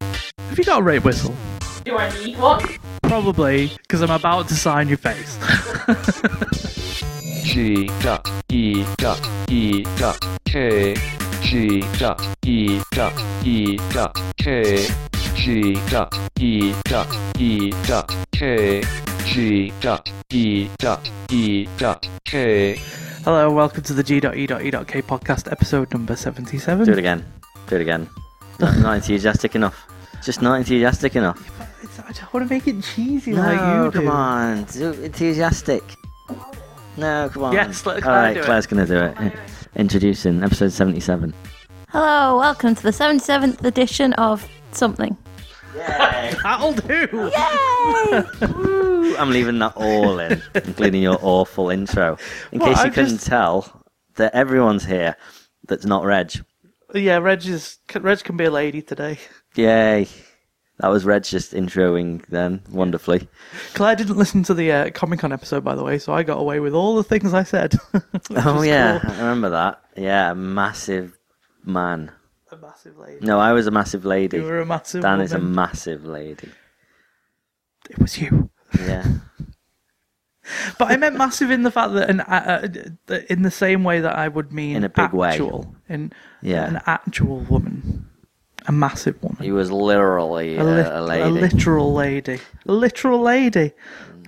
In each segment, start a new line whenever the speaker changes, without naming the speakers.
Have you got a rape whistle?
Do I need one?
Probably, because I'm about to sign your face.
G dot E dot E dot K G dot E dot E dot K G dot E dot E dot K G dot E dot E dot K
Hello, welcome to the E G.E.E.K podcast, episode number
Do it
77.
again. Do it again. Not, not enthusiastic enough. Just not enthusiastic enough.
It's- I just want to make it cheesy
No,
like you do.
come on. Do enthusiastic. No, come on.
Yes, let Claire
All right,
do it.
Claire's gonna do it. Yeah. Introducing episode seventy-seven.
Hello, welcome to the 77th edition of something.
That'll do!
Yay!
Ooh, I'm leaving that all in, including your awful intro, in
Well,
case you
I've
couldn't
just-
tell that everyone's here that's not Reg.
Yeah, Reg, is, Reg can be a lady today.
Yay! That was Reg just introing then wonderfully.
Claire didn't listen to the uh, Comic Con episode, by the way, so I got away with all the things I said. which
Oh
is
yeah,
cool.
I remember that. Yeah, a massive man.
A massive lady.
No, I was a massive lady.
You were a massive
Dan is a
woman.
massive lady.
It was you.
Yeah.
But I meant massive in the fact that an, uh, uh, in the same way that I would mean
In a big way.
actual, In,
Yeah.
an actual woman. A massive woman.
He was literally
a,
a,
lit-
a
a
lady.
literal lady. A literal lady.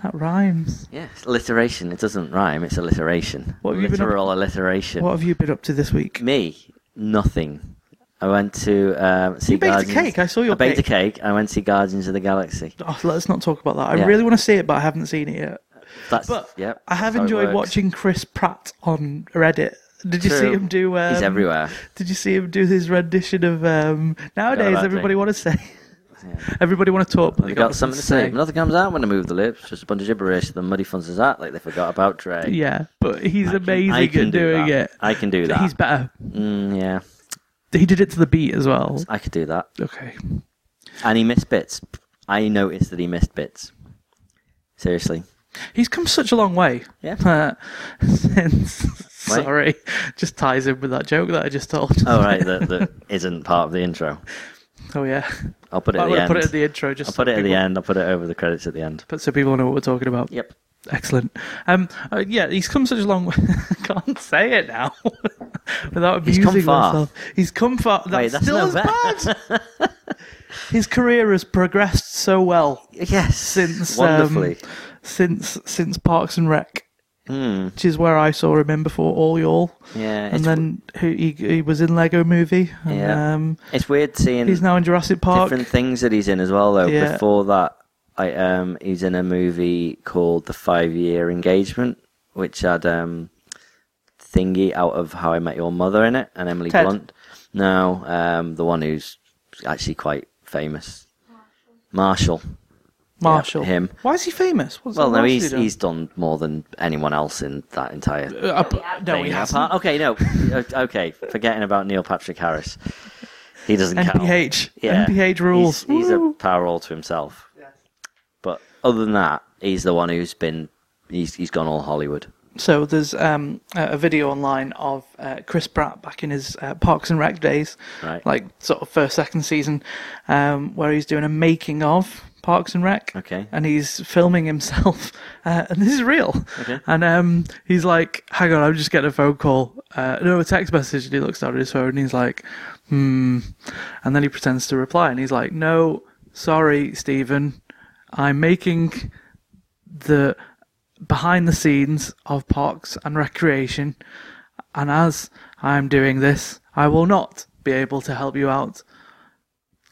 That rhymes.
yeah, it's alliteration. It doesn't rhyme. It's alliteration.
What have you been up-
Literal alliteration.
What have you been up to this week?
Me, nothing. I went to um, see
You baked a
Guardians.
cake. I saw your
I baked a cake. I went to see Guardians of the Galaxy.
Oh, let's not talk about that. I
Yeah.
really want to see it, but I haven't seen it yet.
That's
But
yep,
I have
that's how it
enjoyed
works.
watching Chris Pratt on Reddit. Did you see
True.
him do? Um,
He's everywhere.
Did you see him do his rendition of? Um, nowadays,
that
everybody
thing.
want to say. Everybody want to talk, but they
They
got,
got something to say. Nothing comes out when I move the lips. Just a bunch of gibberish. The muddy funs is that like they forgot about Dre.
Yeah, but he's
I can-
amazing
I can
at
do
doing it.
that. I can do that.
He's better.
Mm, yeah,
He did it to the beat as well.
I could do that.
Okay.
And he missed bits. I noticed that he missed bits. Seriously.
He's come such a long way.
Yeah.
Uh, since
Right.
sorry, just ties in with that joke that I just told.
Oh, right, that, that isn't part of the intro.
Oh yeah.
I'll put it
I
at the
would
end.
put it at the intro. Just
I'll put it at the
people-
end. I'll put it over the credits at the end.
But so people know what we're talking about.
Yep.
Excellent. Um. uh, yeah, he's come such a long. way. I can't say it now without
He's
abusing
come far.
myself. He's come far. That's,
Wait, that's
still
no
as bad. His career has progressed so well
Yes.
Since, um,
Wonderfully.
since since Parks and Rec, which is where I saw him in before all y'all.
Hmm. yeah.
um,
It's,
and then he, he he was in Lego Movie. And,
Yeah.
Um,
it's weird seeing
he's now in Jurassic Park.
different things that he's in as well, though.
Yeah.
Before that, I um, he's in a movie called The Five Year Engagement, which had um, Thingy out of How I Met Your Mother in it, and Emily
Ted.
Blunt. No, um, the one who's actually quite famous, Marshall.
Marshall.
Yeah, him.
Why is he famous? What's
Well,
what
no,
else has
he's
he done?
he's done more than anyone else in that entire
Uh, up- no,
thing.
he hasn't.
Apart- Okay, no, okay, forgetting about Neil Patrick Harris, he doesn't count.
NPH.
Yeah.
NPH rules.
He's, he's a
Woo.
power all to himself. But other than that, he's the one who's been. He's he's gone all Hollywood.
So there's um, a a video online of uh, Chris Pratt back in his uh, Parks and Rec days,
Right.
like sort of first second season, um, where he's doing a making of Parks and Rec.
Okay.
And he's filming himself, uh, and this is real. Okay. And um, he's like, "Hang on, I'm just getting a phone call, uh, no, a text message." And he looks down at his phone, and he's like, "Hmm," and then he pretends to reply, and he's like, "No, sorry, Stephen, I'm making the." behind the scenes of parks and recreation, and as I'm doing this, I will not be able to help you out.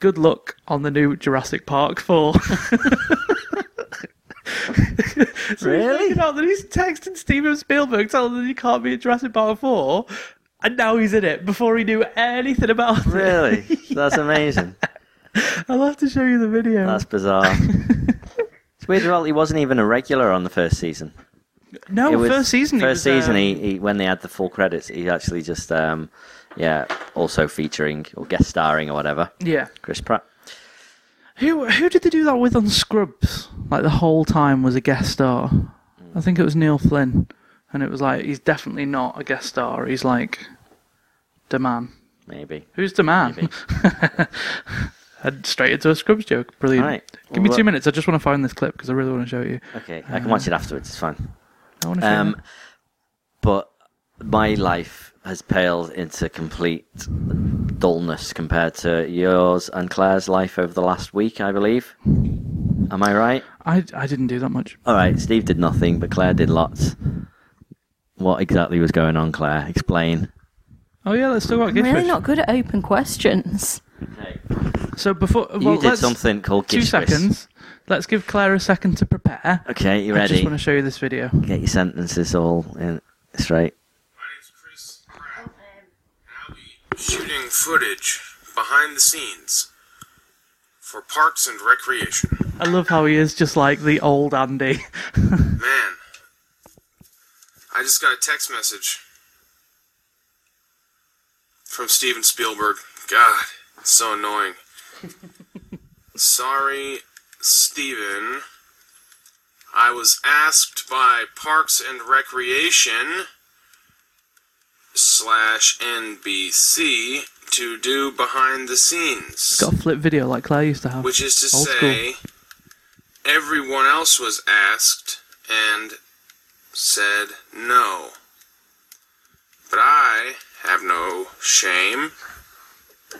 Good luck on the new Jurassic Park 4. so he's
Really?
making out that he's texting Steven Spielberg telling him that he can't be in Jurassic Park 4, and now he's in it before he knew anything about it.
Really, that's amazing.
I'll have to show you the video.
That's bizarre. it's weird. as Well, he wasn't even a regular on the first season.
no,
It was-
Oh, first season. he
First
was,
season,
um,
he, he when they had the full credits, he actually just um, yeah, also featuring or guest starring or whatever.
Yeah.
Chris Pratt.
Who who did they do that with on Scrubs? Like the whole time was a guest star. I think it was Neil Flynn, and it was like he's definitely not a guest star. He's like the man.
Maybe.
Who's the man?
Maybe.
and straight into a Scrubs joke. Brilliant.
All right.
Give me
Well,
two
look-
minutes. I just want to find this clip because I really want to show you.
Okay, I can watch it afterwards. It's fine.
I want to show you.
Um, but my life has paled into complete dullness compared to yours and Claire's life over the last week, I believe. Am I right?
I, I didn't do that much.
All right, Steve did nothing, but Claire did lots. What exactly was going on, Claire? Explain.
Oh yeah, let's talk about
I'm
Gitchfish.
really not good at open questions.
So before
You
well,
did
let's-
something called
two
Gitchfish.
seconds. Let's give Claire a second to prepare.
Okay, you
I just
ready?
want to show you this video.
Get your sentences all in straight.
My name's Chris Pratt, and I'll be shooting footage behind the scenes for Parks and Recreation.
I love how he is just like the old Andy.
Man, I just got a text message from Steven Spielberg. God, it's so annoying. Sorry, Steven. I was asked by Parks and Recreation slash NBC to do behind the scenes
Got a flip video like Claire used to have.
which is to
Old
say, everyone else was asked and said no. But I have no shame,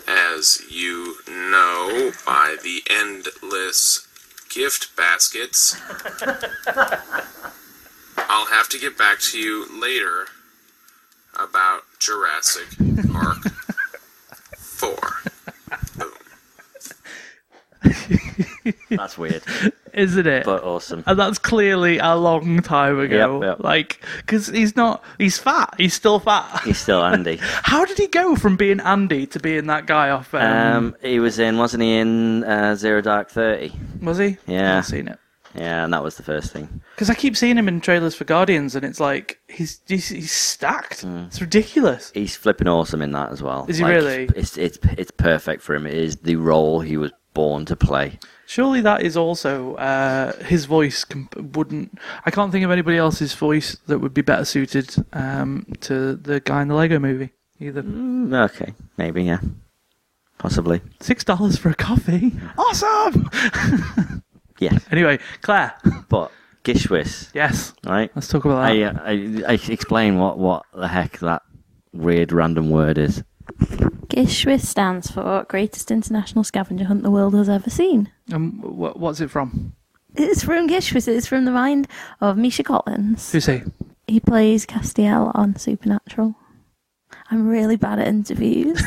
as you know by the endless gift baskets. I'll have to get back to you later about Jurassic Park 4.
That's weird,
Isn't it?
but awesome.
and that's clearly a long time ago.
Yep, yep.
Like, because he's not, he's fat. He's still fat.
He's still Andy.
How did he go from being Andy to being that guy off? Um,
Um, he was in, wasn't he, in uh, Zero Dark Thirty?
was he?
yeah.
I've seen it.
Yeah, and that was the first thing.
Because I keep seeing him in trailers for Guardians, and it's like he's he's, he's stacked.
Mm.
It's ridiculous.
He's flipping awesome in that as well.
Is he really?
It's it's it's perfect for him. It is the role he was born to play.
Surely that is also uh, his voice comp- wouldn't. I can't think of anybody else's voice that would be better suited um, to the guy in the Lego Movie either.
Mm, Okay, maybe yeah, possibly
Six dollars for a coffee. Awesome.
yeah.
anyway, Claire.
But Gishwis,
Yes.
right?
Let's talk about that.
I, I I explain what what the heck that weird random word is.
Gishwith stands for Greatest International Scavenger Hunt the World Has Ever Seen.
Um, wh- what's it from?
It's from Gishwith, it's from the mind of Misha Collins.
Who's he?
He plays Castiel on Supernatural. I'm really bad at interviews.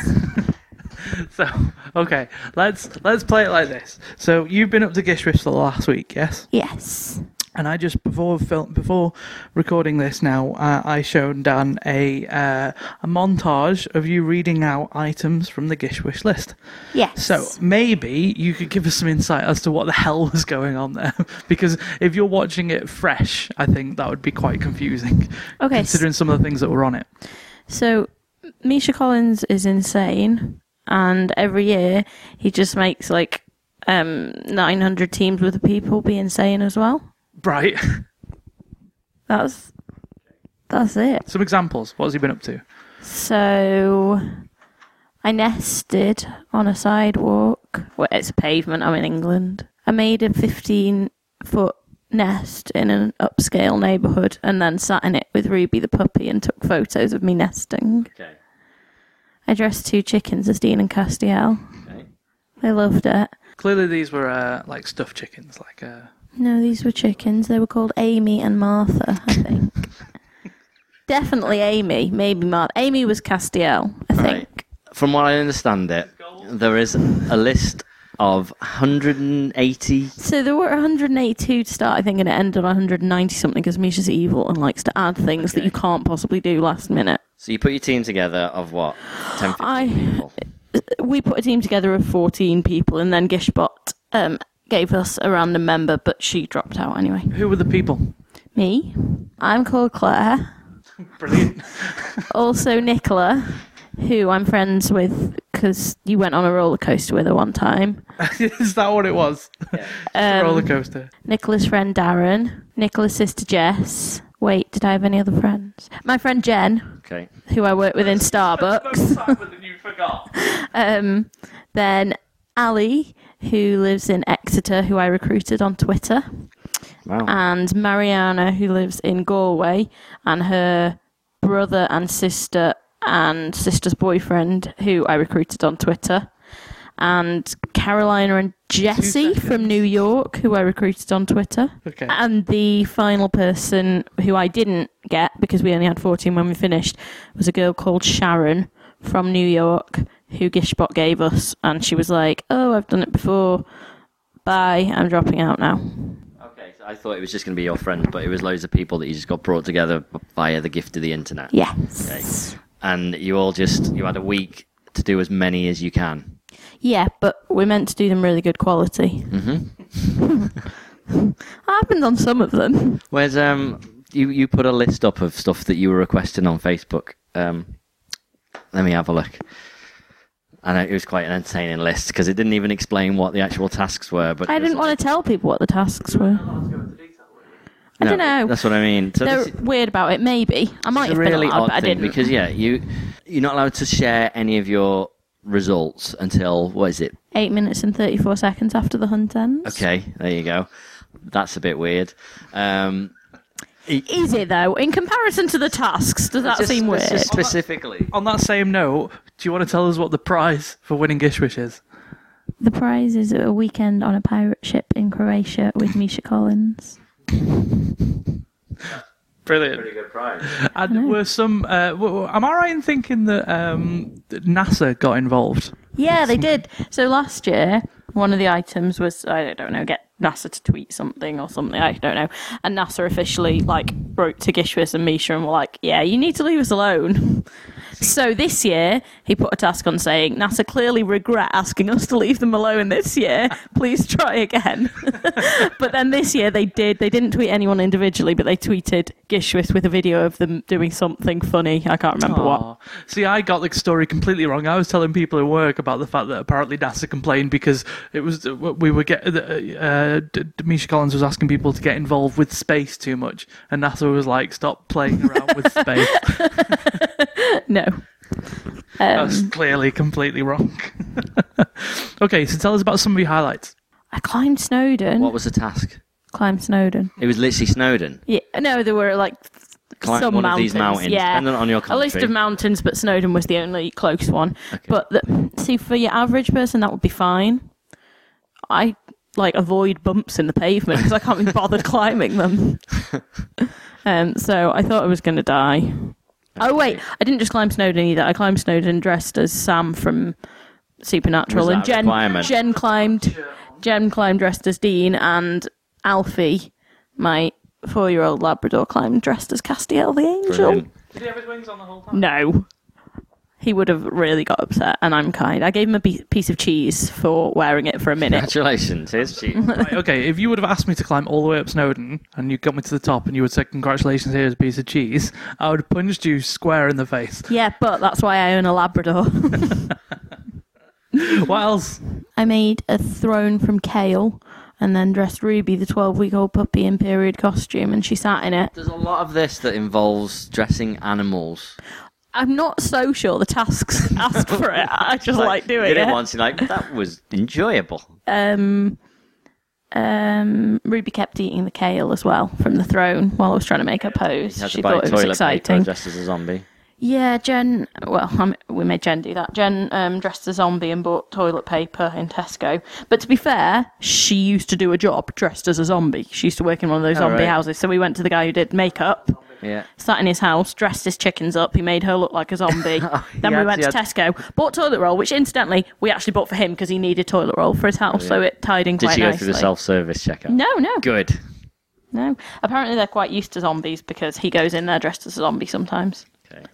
So okay, let's let's play it like this. So you've been up to Gishwish for the last week, yes?
yes.
And I just before film before recording this now, uh, I shown Dan a uh, a montage of you reading out items from the Gishwish list.
Yes.
So maybe you could give us some insight as to what the hell was going on there, because if you're watching it fresh, I think that would be quite confusing,
Okay.
considering some of the things that were on it.
So Misha Collins is insane, and every year he just makes like um, 900 teams with the people be insane as well.
Right.
That's that's it.
some examples. What has he been up to?
So I nested on a sidewalk. Well, it's a pavement. I'm in England. I made a 15 foot nest in an upscale neighbourhood and then sat in it with Ruby the puppy and took photos of me nesting.
Okay.
I dressed two chickens as Dean and Castiel.
Okay.
They loved it.
Clearly, these were uh, like stuffed chickens. Like, uh,
No, these were chickens. They were called Amy and Martha, I think. Definitely Amy, maybe Martha. Amy was Castiel, I think.
From what I understand it, there is a list of 180
So there were 182 to start, I think, and it ended on 190 something because Misha's evil and likes to add things that you can't possibly do last minute.
So you put your team together of what? 10, 15
I-
people.
We put a team together of 14 people, and then Gishbot um, gave us a random member, but she dropped out anyway.
who were the people?
Me, I'm called Claire.
Brilliant.
also Nicola, who I'm friends with because you went on a roller coaster with her one time.
Is that what it was? Roller
Um,
coaster.
Nicola's friend Darren, Nicola's sister Jess. Wait, did I have any other friends? My friend Jen,
Okay.
who I work with in Starbucks.
you forgot.
Um, then Ali, who lives in Exeter, who I recruited on Twitter,
Wow.
and Mariana, who lives in Galway, and her brother and sister and sister's boyfriend, who I recruited on Twitter, and Carolina and Jesse from New York, who I recruited on Twitter.
Okay.
And the final person who I didn't get because we only had 14 when we finished was a girl called Sharon from New York who Gishbot gave us. And she was like, Oh, I've done it before. Bye. I'm dropping out now.
okay, so I thought it was just going to be your friend, but it was loads of people that you just got brought together via the gift of the internet.
Yes.
And you all just, you had a week to do as many as you can.
Yeah, but we're meant to do them really good quality. Mm-hmm. happened on some of them.
Where's, um, you, you put a list up of stuff that you were requesting on Facebook. Um, let me have a look. And it was quite an entertaining list because it didn't even explain what the actual tasks were. But
I didn't want to tell people what the tasks were. I don't know.
That's what I mean. So
They're
this-
weird about it, maybe. I might
It's
have
a really
been allowed,
odd
but I
thing
didn't.
because yeah, you you're not allowed to share any of your results until what is it?
Eight minutes and 34 seconds after the hunt ends.
Okay, there you go. That's a bit weird. Um,
Is it though? In comparison to the tasks, does that
just-
seem weird?
just specifically,
On that same note, do you want to tell us what the prize for winning Gish Wish is?
The prize is a weekend on a pirate ship in Croatia with Misha Collins.
Brilliant.
pretty good prize.
And were some? Uh, w- w- am I right in thinking that, um, that NASA got involved?
Yeah, they did. So last year, one of the items was I don't know, get NASA to tweet something or something. I don't know. And NASA officially like wrote to Gishwis and Misha and were like, "Yeah, you need to leave us alone." so this year, he put a task on saying, "NASA clearly regret asking us to leave them alone this year. Please try again." but then this year they did. They didn't tweet anyone individually, but they tweeted Gishwis with a video of them doing something funny. I can't remember what.
Aw. See, I got the story completely wrong. I was telling people at work about the fact that apparently NASA complained because it was we were get uh, D- D- Misha Collins was asking people to get involved with space too much, and NASA was like, "Stop playing around with space."
No. Um,
That's clearly completely wrong. okay, so tell us about some of your highlights.
I climbed Snowden.
What was the task?
climb Snowden.
It was literally Snowden.
Yeah, no, there were like
Climb
some
one of
mountains.
these mountains,
yeah,
depending on your
a list
country.
of mountains, but Snowden was the only close one. But the, see, for your average person, that would be fine. I like avoid bumps in the pavement because I can't be bothered climbing them. um, so I thought I was going to die. Oh wait, I didn't just climb Snowden either. I climbed Snowden dressed as Sam from Supernatural,
Was that
and
a
Jen
requirement?
Jen climbed Jen climbed dressed as Dean, and Alfie, my four-year-old Labrador, climbed dressed as Castiel the Angel.
Brilliant.
Did he have his wings on the whole time?
No. He would have really got upset, and I'm kind. I gave him a be- piece of cheese for wearing it for a minute.
Congratulations, here's cheap.
Right, okay, if you would have asked me to climb all the way up Snowden and you got me to the top and you would say, Congratulations, here's a piece of cheese, I would have punched you square in the face.
yeah, but that's why I own a Labrador.
What else?
I made a throne from kale and then dressed Ruby, the 12 week old puppy, in period costume, and she sat in it.
There's a lot of this that involves dressing animals.
I'm not so sure the tasks ask for it. I just like, doing
you did
it.
it once. You're like that was enjoyable.
Um, um, Ruby kept eating the kale as well from the throne while I was trying to make her pose.
You had
She
to buy
thought it was
toilet
exciting.
paper dressed as a zombie.
Yeah, Jen. Well, um, we made Jen do that. Jen um, dressed as a zombie and bought toilet paper in Tesco. But to be fair, she used to do a job dressed as a zombie. She used to work in one of those
Oh,
zombie
right.
houses. So we went to the guy who did makeup,
Yeah.
sat in his house, dressed his chickens up. He made her look like a zombie. then
he
we
had-
went
he
to
had-
Tesco, bought toilet roll, which incidentally we actually bought for him because he needed toilet roll for his house. So it tied in
Did
quite
you go
nicely.
through the self-service checkout?
No, no,
Good.
no. Apparently they're quite used to zombies because he goes in there dressed as a zombie sometimes.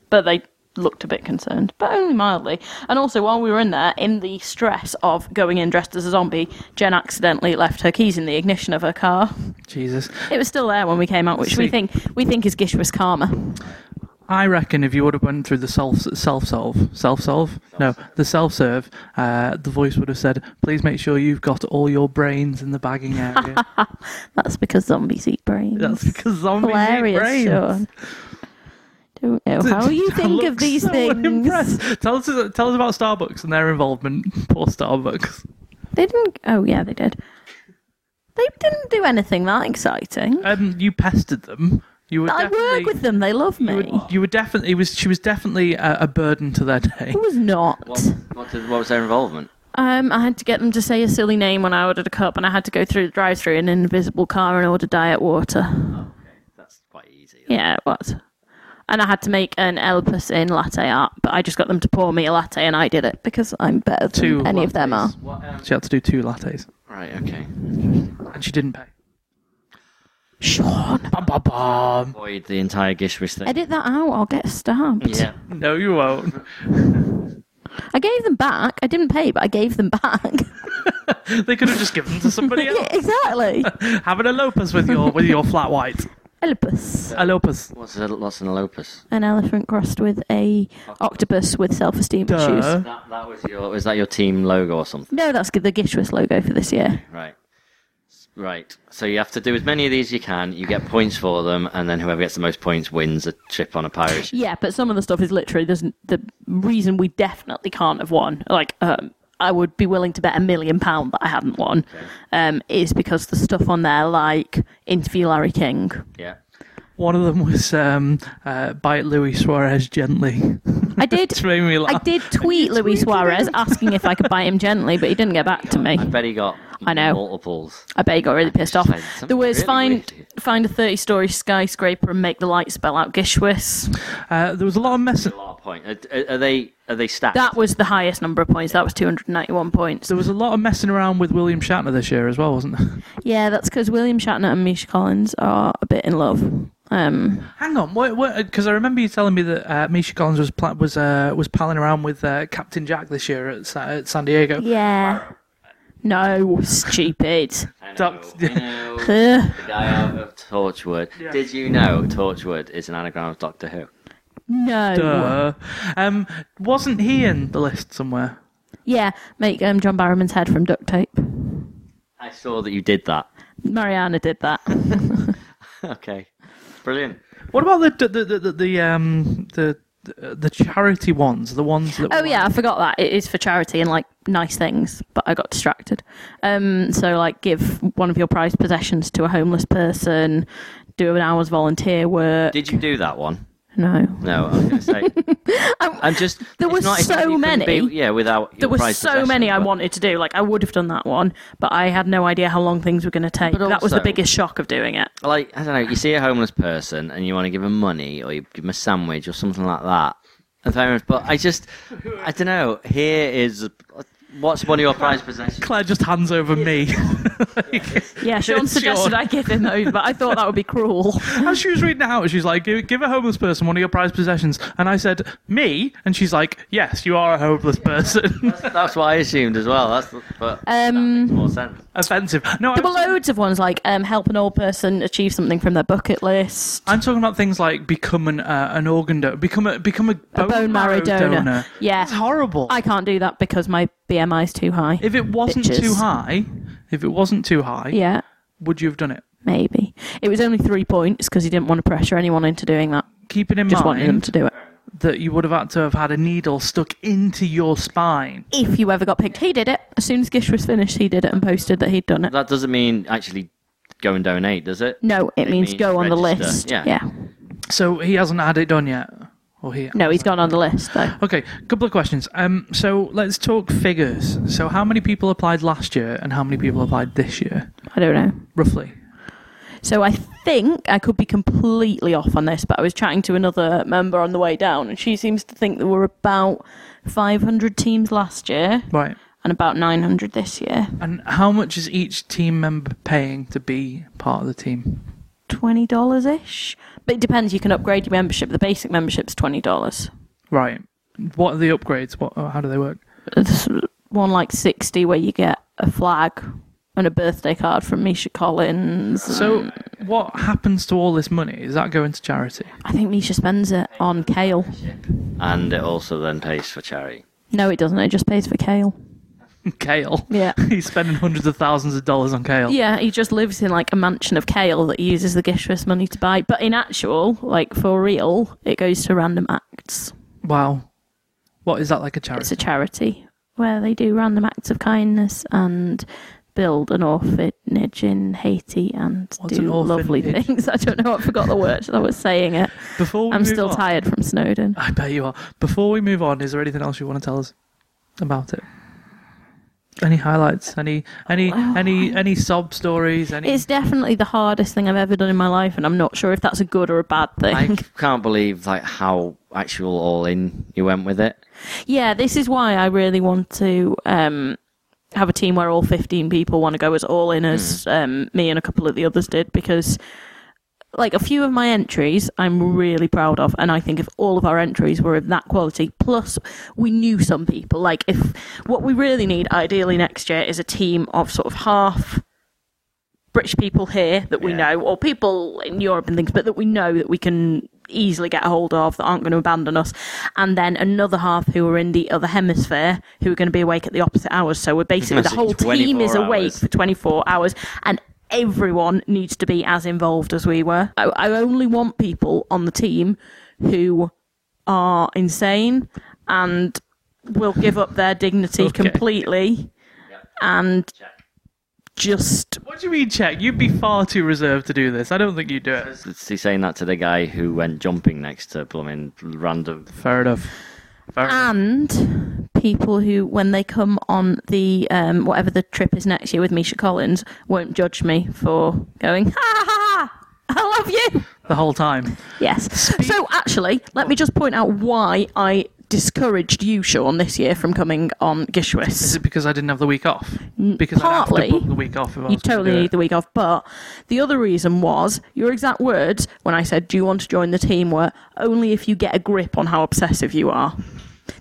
But they looked a bit concerned, but only mildly. And also, while we were in there, in the stress of going in dressed as a zombie, Jen accidentally left her keys in the ignition of her car.
Jesus.
It was still there when we came out, which we
See.
think we think is Gishwa's karma.
I reckon if you would have went through the self self solve self solve no the self serve, uh, the voice would have said, "Please make sure you've got all your brains in the bagging area."
That's because zombies eat brains.
That's because zombies eat
hilarious,
brains.
Sean. Don't know how you
I
think of
look
these
so
things.
unimpressed. Tell us tell us about Starbucks and their involvement. Poor Starbucks.
They didn't. Oh yeah, they did. They didn't do anything that exciting.
Um, you pestered them. You were
I
definitely-
work with them. They love me.
You were, you were definitely. it Was she was definitely a, a burden to their day.
it was not.
What, what, did, what was their involvement?
Um, I had to get them to say a silly name when I ordered a cup, and I had to go through the drive-through in an invisible car and order diet water.
That's quite easy.
Yeah, it was. And I had to make an Elpis in latte art, but I just got them to pour me a latte, and I did it because I'm better than
Two
any of them are.
lattes. She had to do two lattes,
um, Right, okay.
and she didn't pay.
Sean,
Bum, bum, bum.
Avoid the entire Gishwish thing.
edit that out. I'll get stabbed.
Yeah.
No, you won't.
I gave them back. I didn't pay, but I gave them back.
They could have just given them to somebody
yeah,
else.
exactly.
Having a Lopez with your with your flat white.
Elpis.
A Lopez.
What's, a, what's an elopus?
An elephant crossed with a octopus with self-esteem
Duh.
issues.
That, that was your. Was that your team logo or something?
No, that's the Gishwas logo for this year.
Right. Right. So you have to do as many of these as you can. You get points for them, and then whoever gets the most points wins a trip on a pirate ship.
Yeah, but some of the stuff is literally there's n- the reason we definitely can't have won. Like, um, I would be willing to bet a million pound that I hadn't won. Um, is because the stuff on there, like interview Larry King.
Yeah.
One of them was um, uh, bite Luis Suarez gently.
I did.
It's made me laugh.
I did tweet Luis Suarez asking if I could buy him gently, but he didn't get back to me.
I bet he got.
I know.
multiples.
I bet he got really pissed off.
Like, something
There was
really
find
weird.
find a thirty story skyscraper and make the light spell out Gishwis.
Uh, there was a lot of mess.
A lot of points. Are, are they? Are they stacked?
That was the highest number of points. That was two hundred ninety one points.
There was a lot of messing around with William Shatner this year as well, wasn't there?
Yeah, that's because William Shatner and Misha Collins are a bit in love. Um,
Hang on, because I remember you telling me that uh, Misha Collins was pla- was uh, was palling around with uh, Captain Jack this year at, Sa- at San Diego.
yeah. No, stupid.
I know,
Ducks.
I know. the
Ugh.
guy out of Torchwood. Did you know Torchwood is an anagram of Doctor Who?
no.
Duh. Um, wasn't he in the list somewhere?
Yeah, make um, John Barrowman's head from duct tape.
I saw that you did that.
Mariana did that.
Okay. Brilliant.
What about the the the the, the um the the the charity ones, the ones that.
Oh
were-
yeah, I forgot that. It is for charity and like nice things, but I got distracted. Um, so like give one of your prized possessions to a homeless person, do an hour's volunteer work.
Did you do that one?
no.
No, I was going to say. I'm just.
there
it's
was
not- it's not
so
that you couldn't
many.
Be, yeah, without.
There were so many I wanted to do. Like I would have done that one, but I had no idea how long things were going to take.
But
that was the
also-
biggest shock of doing it.
Like I don't know. You see a homeless person and you want to give them money or you give them a sandwich or something like that. And fair enough, But I just, I don't know. Here is what's one of your prized possessions.
Claire just hands over me.
Yeah, Sean
It's
suggested
Sean.
I give him those, but I thought that would be cruel.
As she was reading it out, she's like, give, give a homeless person one of your prized possessions. And I said, me? And she's like, yes, you are a homeless person.
That's what I assumed as well. That's but
Um,
makes more sense.
Offensive. No, I'm,
there were loads of ones like um, help an old person achieve something from their bucket list.
I'm talking about things like become an, uh, an organ donor, become a, become a bone,
a bone marrow donor. Yeah.
It's horrible.
I can't do that because my BMI is too high.
if it wasn't
Bitches.
too high, if it wasn't too high,
yeah,
would you have done it?
maybe. It was only three points because he didn't want to pressure anyone into doing that.
Keeping in
Just wanted him
mind
to do it.
that you would have had to have had a needle stuck into your spine.
If you ever got picked, he did it. As soon as Gish was finished, he did it and posted that he'd done it.
That doesn't mean actually go and donate, does it?
No, it means
means
go on the
register.
list.
Yeah.
So he hasn't had it done yet. Or he
No, he's gone on the list though.
Okay, couple of questions. Um, so let's talk figures. So how many people applied last year, and how many people applied this year,
I don't know.
roughly?
So I think I could be completely off on this, but I was chatting to another member on the way down, and she seems to think there were about 500 teams last year
Right.
and about 900 this year.
And how much is each team member paying to be part of the team?
twenty dollars ish. But it depends. You can upgrade your membership. The basic membership's twenty dollars.
Right. What are the upgrades? What? How do they work?
One like sixty where you get a flag and a birthday card from Misha Collins.
So what happens to all this money? Is that going to charity?
I think Misha spends it on kale.
And it also then pays for charity.
No, it doesn't. It just pays for kale.
Kale.
Yeah.
He's spending hundreds of thousands of dollars on kale.
Yeah, he just lives in like a mansion of kale that he uses the Gishwas money to buy. But in actual, like for real, it goes to random acts.
Wow. What is that like a
It's
charity?
a charity. where they do random acts of kindness and build an orphanage in Haiti and
What's
do
an orphanage?
lovely things. I don't know. I forgot the word that I was saying it.
Before we
I'm
move
still
on-
tired from Snowden.
I bet you are. Before we move on, is there anything else you want to tell us about it? Any highlights? Any any
Oh.
any any sob stories? Any?
It's definitely the hardest thing I've ever done in my life, and I'm not sure if that's a good or a bad thing.
I can't believe like how actual all in you went with it.
Yeah, this is why I really want to um, have a team where all 15 people want to go as all in as um, me and a couple of the others did because. Like a few of my entries, I'm really proud of, and I think if all of our entries were of that quality, plus we knew some people. Like if what we really need, ideally next year, is a team of sort of half British people here that we know, or people in Europe and things, but that we know that we can easily get a hold of that aren't going to abandon us, and then another half who are in the other hemisphere who are going to be awake at the opposite hours. So we're basically the
Mhm. So
whole team is
24
awake
hours.
for 24 hours, and everyone needs to be as involved as we were. I, I only want people on the team who are insane and will give up their dignity
Okay.
completely and just
what do you mean, check? You'd be far too reserved to do this. I don't think you do it.
It's he's saying that to the guy who went jumping next to blooming random.
Fair enough. Fair
Ah.
enough.
and people who, when they come on the um, whatever the trip is next year with Misha Collins, won't judge me for going. Ha ha ha! I love you.
The whole time.
Yes. So actually, let me just point out why I discouraged you, Sean, this year from coming on
Is
Gishwis.
it because I didn't have the week off? Because I'd
Mm, partly.
have to book the week off. If I was
You
to do
totally
it.
need the week off. But the other reason was your exact words when I said, Do you want to join the team? were only if you get a grip on how obsessive you are.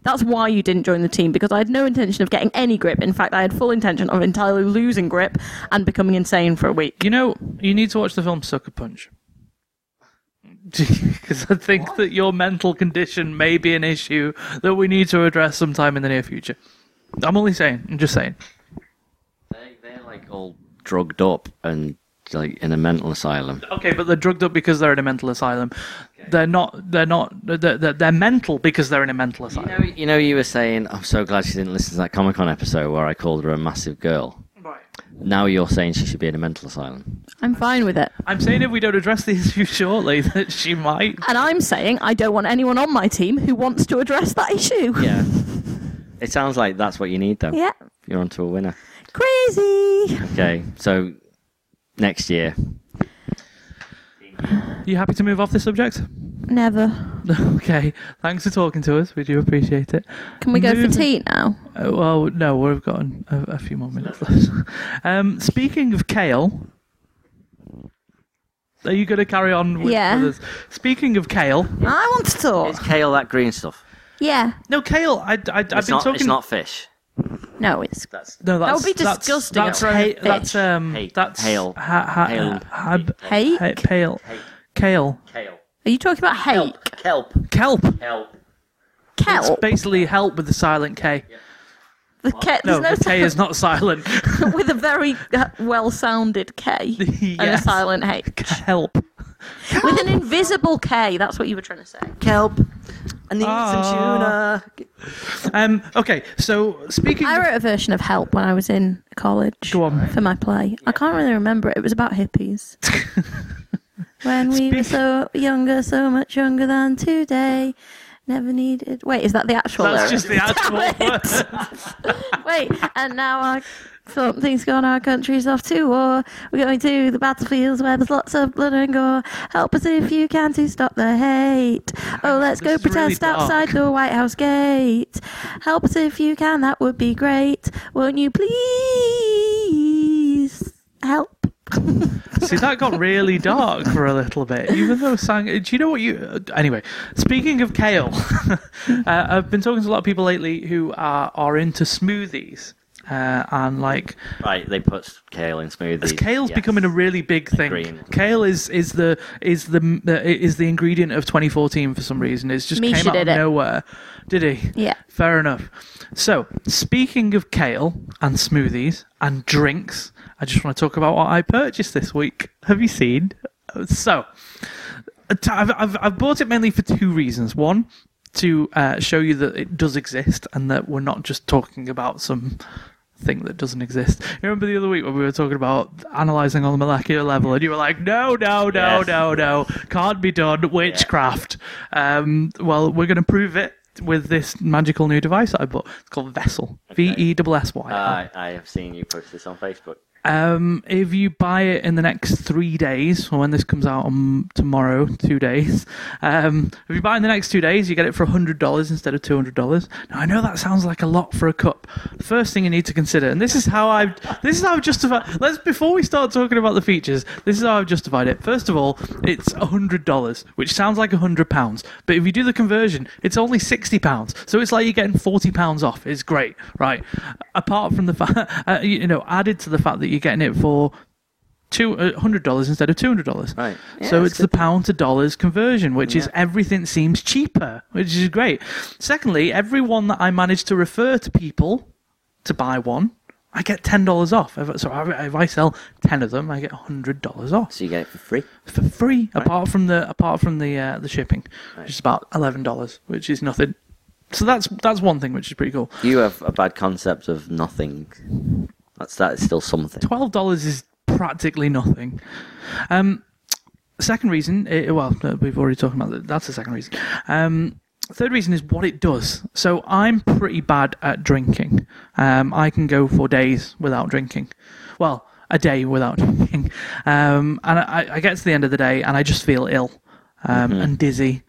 That's why you didn't join the team because I had no intention of getting any grip. In fact, I had full intention of entirely losing grip and becoming insane for a week.
You know, you need to watch the film Sucker Punch. Because I think that your mental condition may be an issue that we need to address sometime in the near future. I'm only saying. I'm just saying.
They, they're like all drugged up and like in a mental asylum.
Okay, but they're drugged up because they're in a mental asylum. They're not. They're not. They're, they're, they're mental because they're in a mental
You
asylum.
know, you know, you were saying I'm so glad she didn't listen to that Comic Con episode where I called her a massive girl.
Right.
Now you're saying she should be in a mental asylum.
I'm fine with it.
I'm saying if we don't address the issue shortly, that she might.
And I'm saying I don't want anyone on my team who wants to address that issue.
Yeah. It sounds like that's what you need though.
Yeah.
You're onto a winner.
Crazy.
Okay, so next year.
You happy to move off this subject?
Never.
Okay. Thanks for talking to us. We do appreciate it.
Can we go
Moving-
for tea now?
Uh, well, no, we've got an- a, a few more minutes left. Um, speaking of kale, are you going to carry on with,
Yeah.
with us? Speaking of kale,
I want to
Is
talk.
kale that green stuff?
Yeah.
no kale. I, have been
It's not,
talking.
it's not fish.
No, it's
no, that's,
would be
that's-
disgusting,
That's
a
hay,
fish.
that's um,
Hay-
that's
hail.
ha- ha-
Hail.
ha-
Hake?
ha- pale, kale,
Kale.
Are you talking about hake?
Kelp.
kelp.
Kelp.
It's
Oh.
Kelp?
basically help with the silent K.
The ke-
No,
there's no
the K is
silent-
not silent.
with a very uh, well-sounded K and a
Yes.
silent H.
help.
With an invisible K, that's what you were trying to say.
Kelp. I need
Ah.
some tuna.
Um. Okay. So speaking.
I
of-
wrote a version of Help when I was in college
Go on.
for my play. I can't really remember it. It was about hippies. when we were
Speak-
so younger, so much younger than today, never needed. Wait, is that the actual?
That's
lyric?
just the actual word.
Wait, and now our something's gone, our country's off to war. We're going to the battlefields where there's lots of blood and gore. Help us if you can to stop the hate. Oh, let's
this
go
is really
protest
dark.
outside the White House gate. Help us if you can, that would be great. Won't you please help?
See, that got really dark for a little bit. Even though sang, do you know what you? uh, Anyway, speaking of kale, uh, I've been talking to a lot of people lately who are are into smoothies. Uh, and like
Right, they put kale in smoothies.
kale's
yes.
becoming a really big thing.
Green.
Kale is is the is the uh, is the ingredient of 2014 for some reason. It's just
Misha
came out of
did it.
nowhere. Did he?
Yeah.
Fair enough. So, speaking of kale and smoothies and drinks, I just want to talk about what I purchased this week. Have you Uh, seen? So, I've, I've, I've bought it mainly for two reasons. One, to uh, show you that it does exist and that we're not just talking about some thing that doesn't exist. You remember the other week when we were talking about analysing on the molecular level and you were like, no, no, no,
Yes.
no, no, can't be done, witchcraft. Um, well, we're going to prove it with this magical new device that I bought. It's called Vessel. E V-E-S-S-Y.
I, Uh, I have seen you post this on Facebook.
Um, if you buy it in the next three days, or when this comes out on tomorrow, two days, um, if you buy it in the next two days, you get it for hundred dollars instead of two hundred dollars. Now I know that sounds like a lot for a cup. The first thing you need to consider, and this is how I, this is how I've justified. Let's before we start talking about the features, this is how I've justified it. First of all, it's hundred dollars, which sounds like hundred pounds, but if you do the conversion, it's only sixty pounds. So it's like you're getting forty pounds off. It's great, right? Apart from the fact, uh, you know, added to the fact that you're getting it for two uh, hundred dollars instead of two hundred dollars.
Right. Yeah,
so
that's
it's the pound to dollars conversion, which is everything seems cheaper, which is great. Secondly, everyone that I manage to refer to people to buy one. I get ten dollars off. If- So I- if I sell ten of them, I get hundred dollars off
So you get it for free.
for free, apart from the apart from the uh, the shipping, which is about eleven dollars, which is nothing. So that's that's one thing which is pretty cool.
You have a bad concept of nothing. That's that is still something.
Twelve dollars is practically nothing. Um, second reason, eh, well, no, we've already talked about that. That's the second reason. Um, third reason is what it does. So I'm pretty bad at drinking. Um, I can go for days without drinking. Well, a day without drinking, um, and I, I get to the end of the day and I just feel ill um,
Mm-hmm.
and dizzy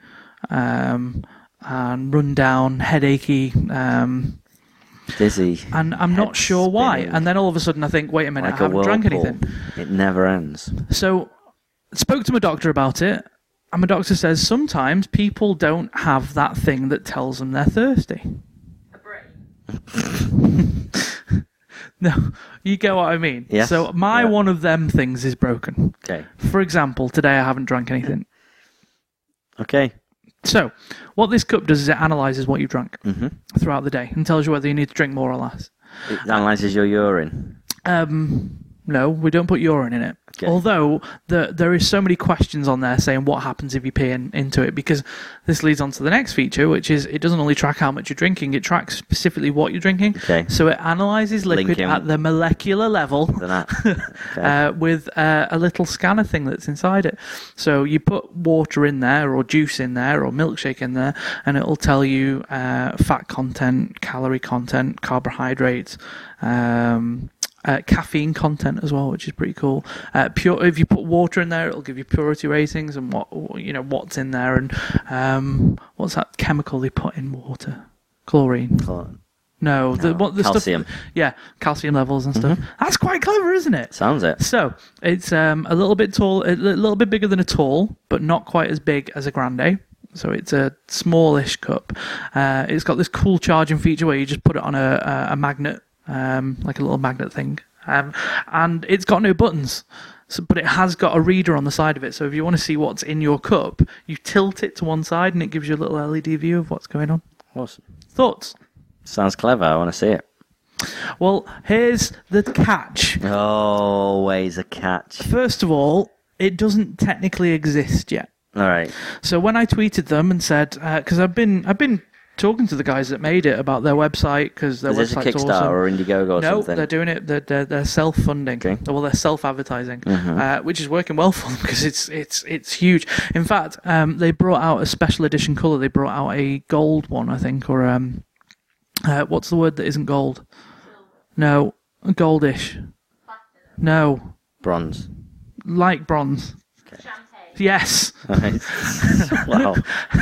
um, and run down, headachy. Um,
Dizzy.
and I'm not
Head
sure why.
spinning.
And then all of a sudden, I think, wait a minute,
like
I
a
haven't drank
whirlpool.
anything.
It never ends.
So, spoke to my doctor about it, and my doctor says sometimes people don't have that thing that tells them they're thirsty. No, you get what I mean.
Yes,
So my
yeah.
one of them things is broken.
Okay.
For example, today I haven't drank anything.
Okay.
So, what this cup does is it analyzes what you drank
Mm-hmm.
throughout the day and tells you whether you need to drink more or less.
It analyzes your urine.
Um, no, we don't put urine in it.
Okay.
Although the, there is so many questions on there saying what happens if you pee in, into it, because this leads on to the next feature, which is it doesn't only track how much you're drinking, it tracks specifically what you're drinking.
Okay.
So it analyzes liquid
Linking.
at the molecular level
Then that. Okay.
uh, with uh, a little scanner thing that's inside it. So you put water in there, or juice in there, or milkshake in there, and it'll tell you uh, fat content, calorie content, carbohydrates. Um, uh, caffeine content as well, which is pretty cool. Uh, pure. If you put water in there, it'll give you purity ratings and what you know what's in there and um, what's that chemical they put in water? Chlorine.
Well,
No, the
No,
what the
calcium.
stuff. Yeah, calcium levels and stuff. That's quite clever, isn't it?
Sounds it.
So it's um, a little bit tall, a li- little bit bigger than a tall, but not quite as big as a grande. So it's a smallish cup. Uh, it's got this cool charging feature where you just put it on a, a, a magnet, um, like a little magnet thing, um, and it's got no buttons. So, but it has got a reader on the side of it. So if you want to see what's in your cup, you tilt it to one side, and it gives you a little LED view of what's going on.
Awesome.
Thoughts?
Sounds clever. I want to see it.
Well, here's the catch.
Always a catch.
First of all, it doesn't technically exist yet.
All right.
So when I tweeted them and said, because I've been I've been talking to the guys that made it about their website because their
Is this a
website's
Kickstarter
awesome.
or Indiegogo or
no,
something?
they're doing it. They're they're, they're self funding.
Okay. Mm-hmm.
Well, they're self advertising, uh, which is working well for them because it's it's it's huge. In fact, um, they brought out a special edition color. They brought out a gold one, I think, or um, uh, what's the word that isn't gold? No, goldish. No,
Bronze.
like bronze. Yes.
Right. wow.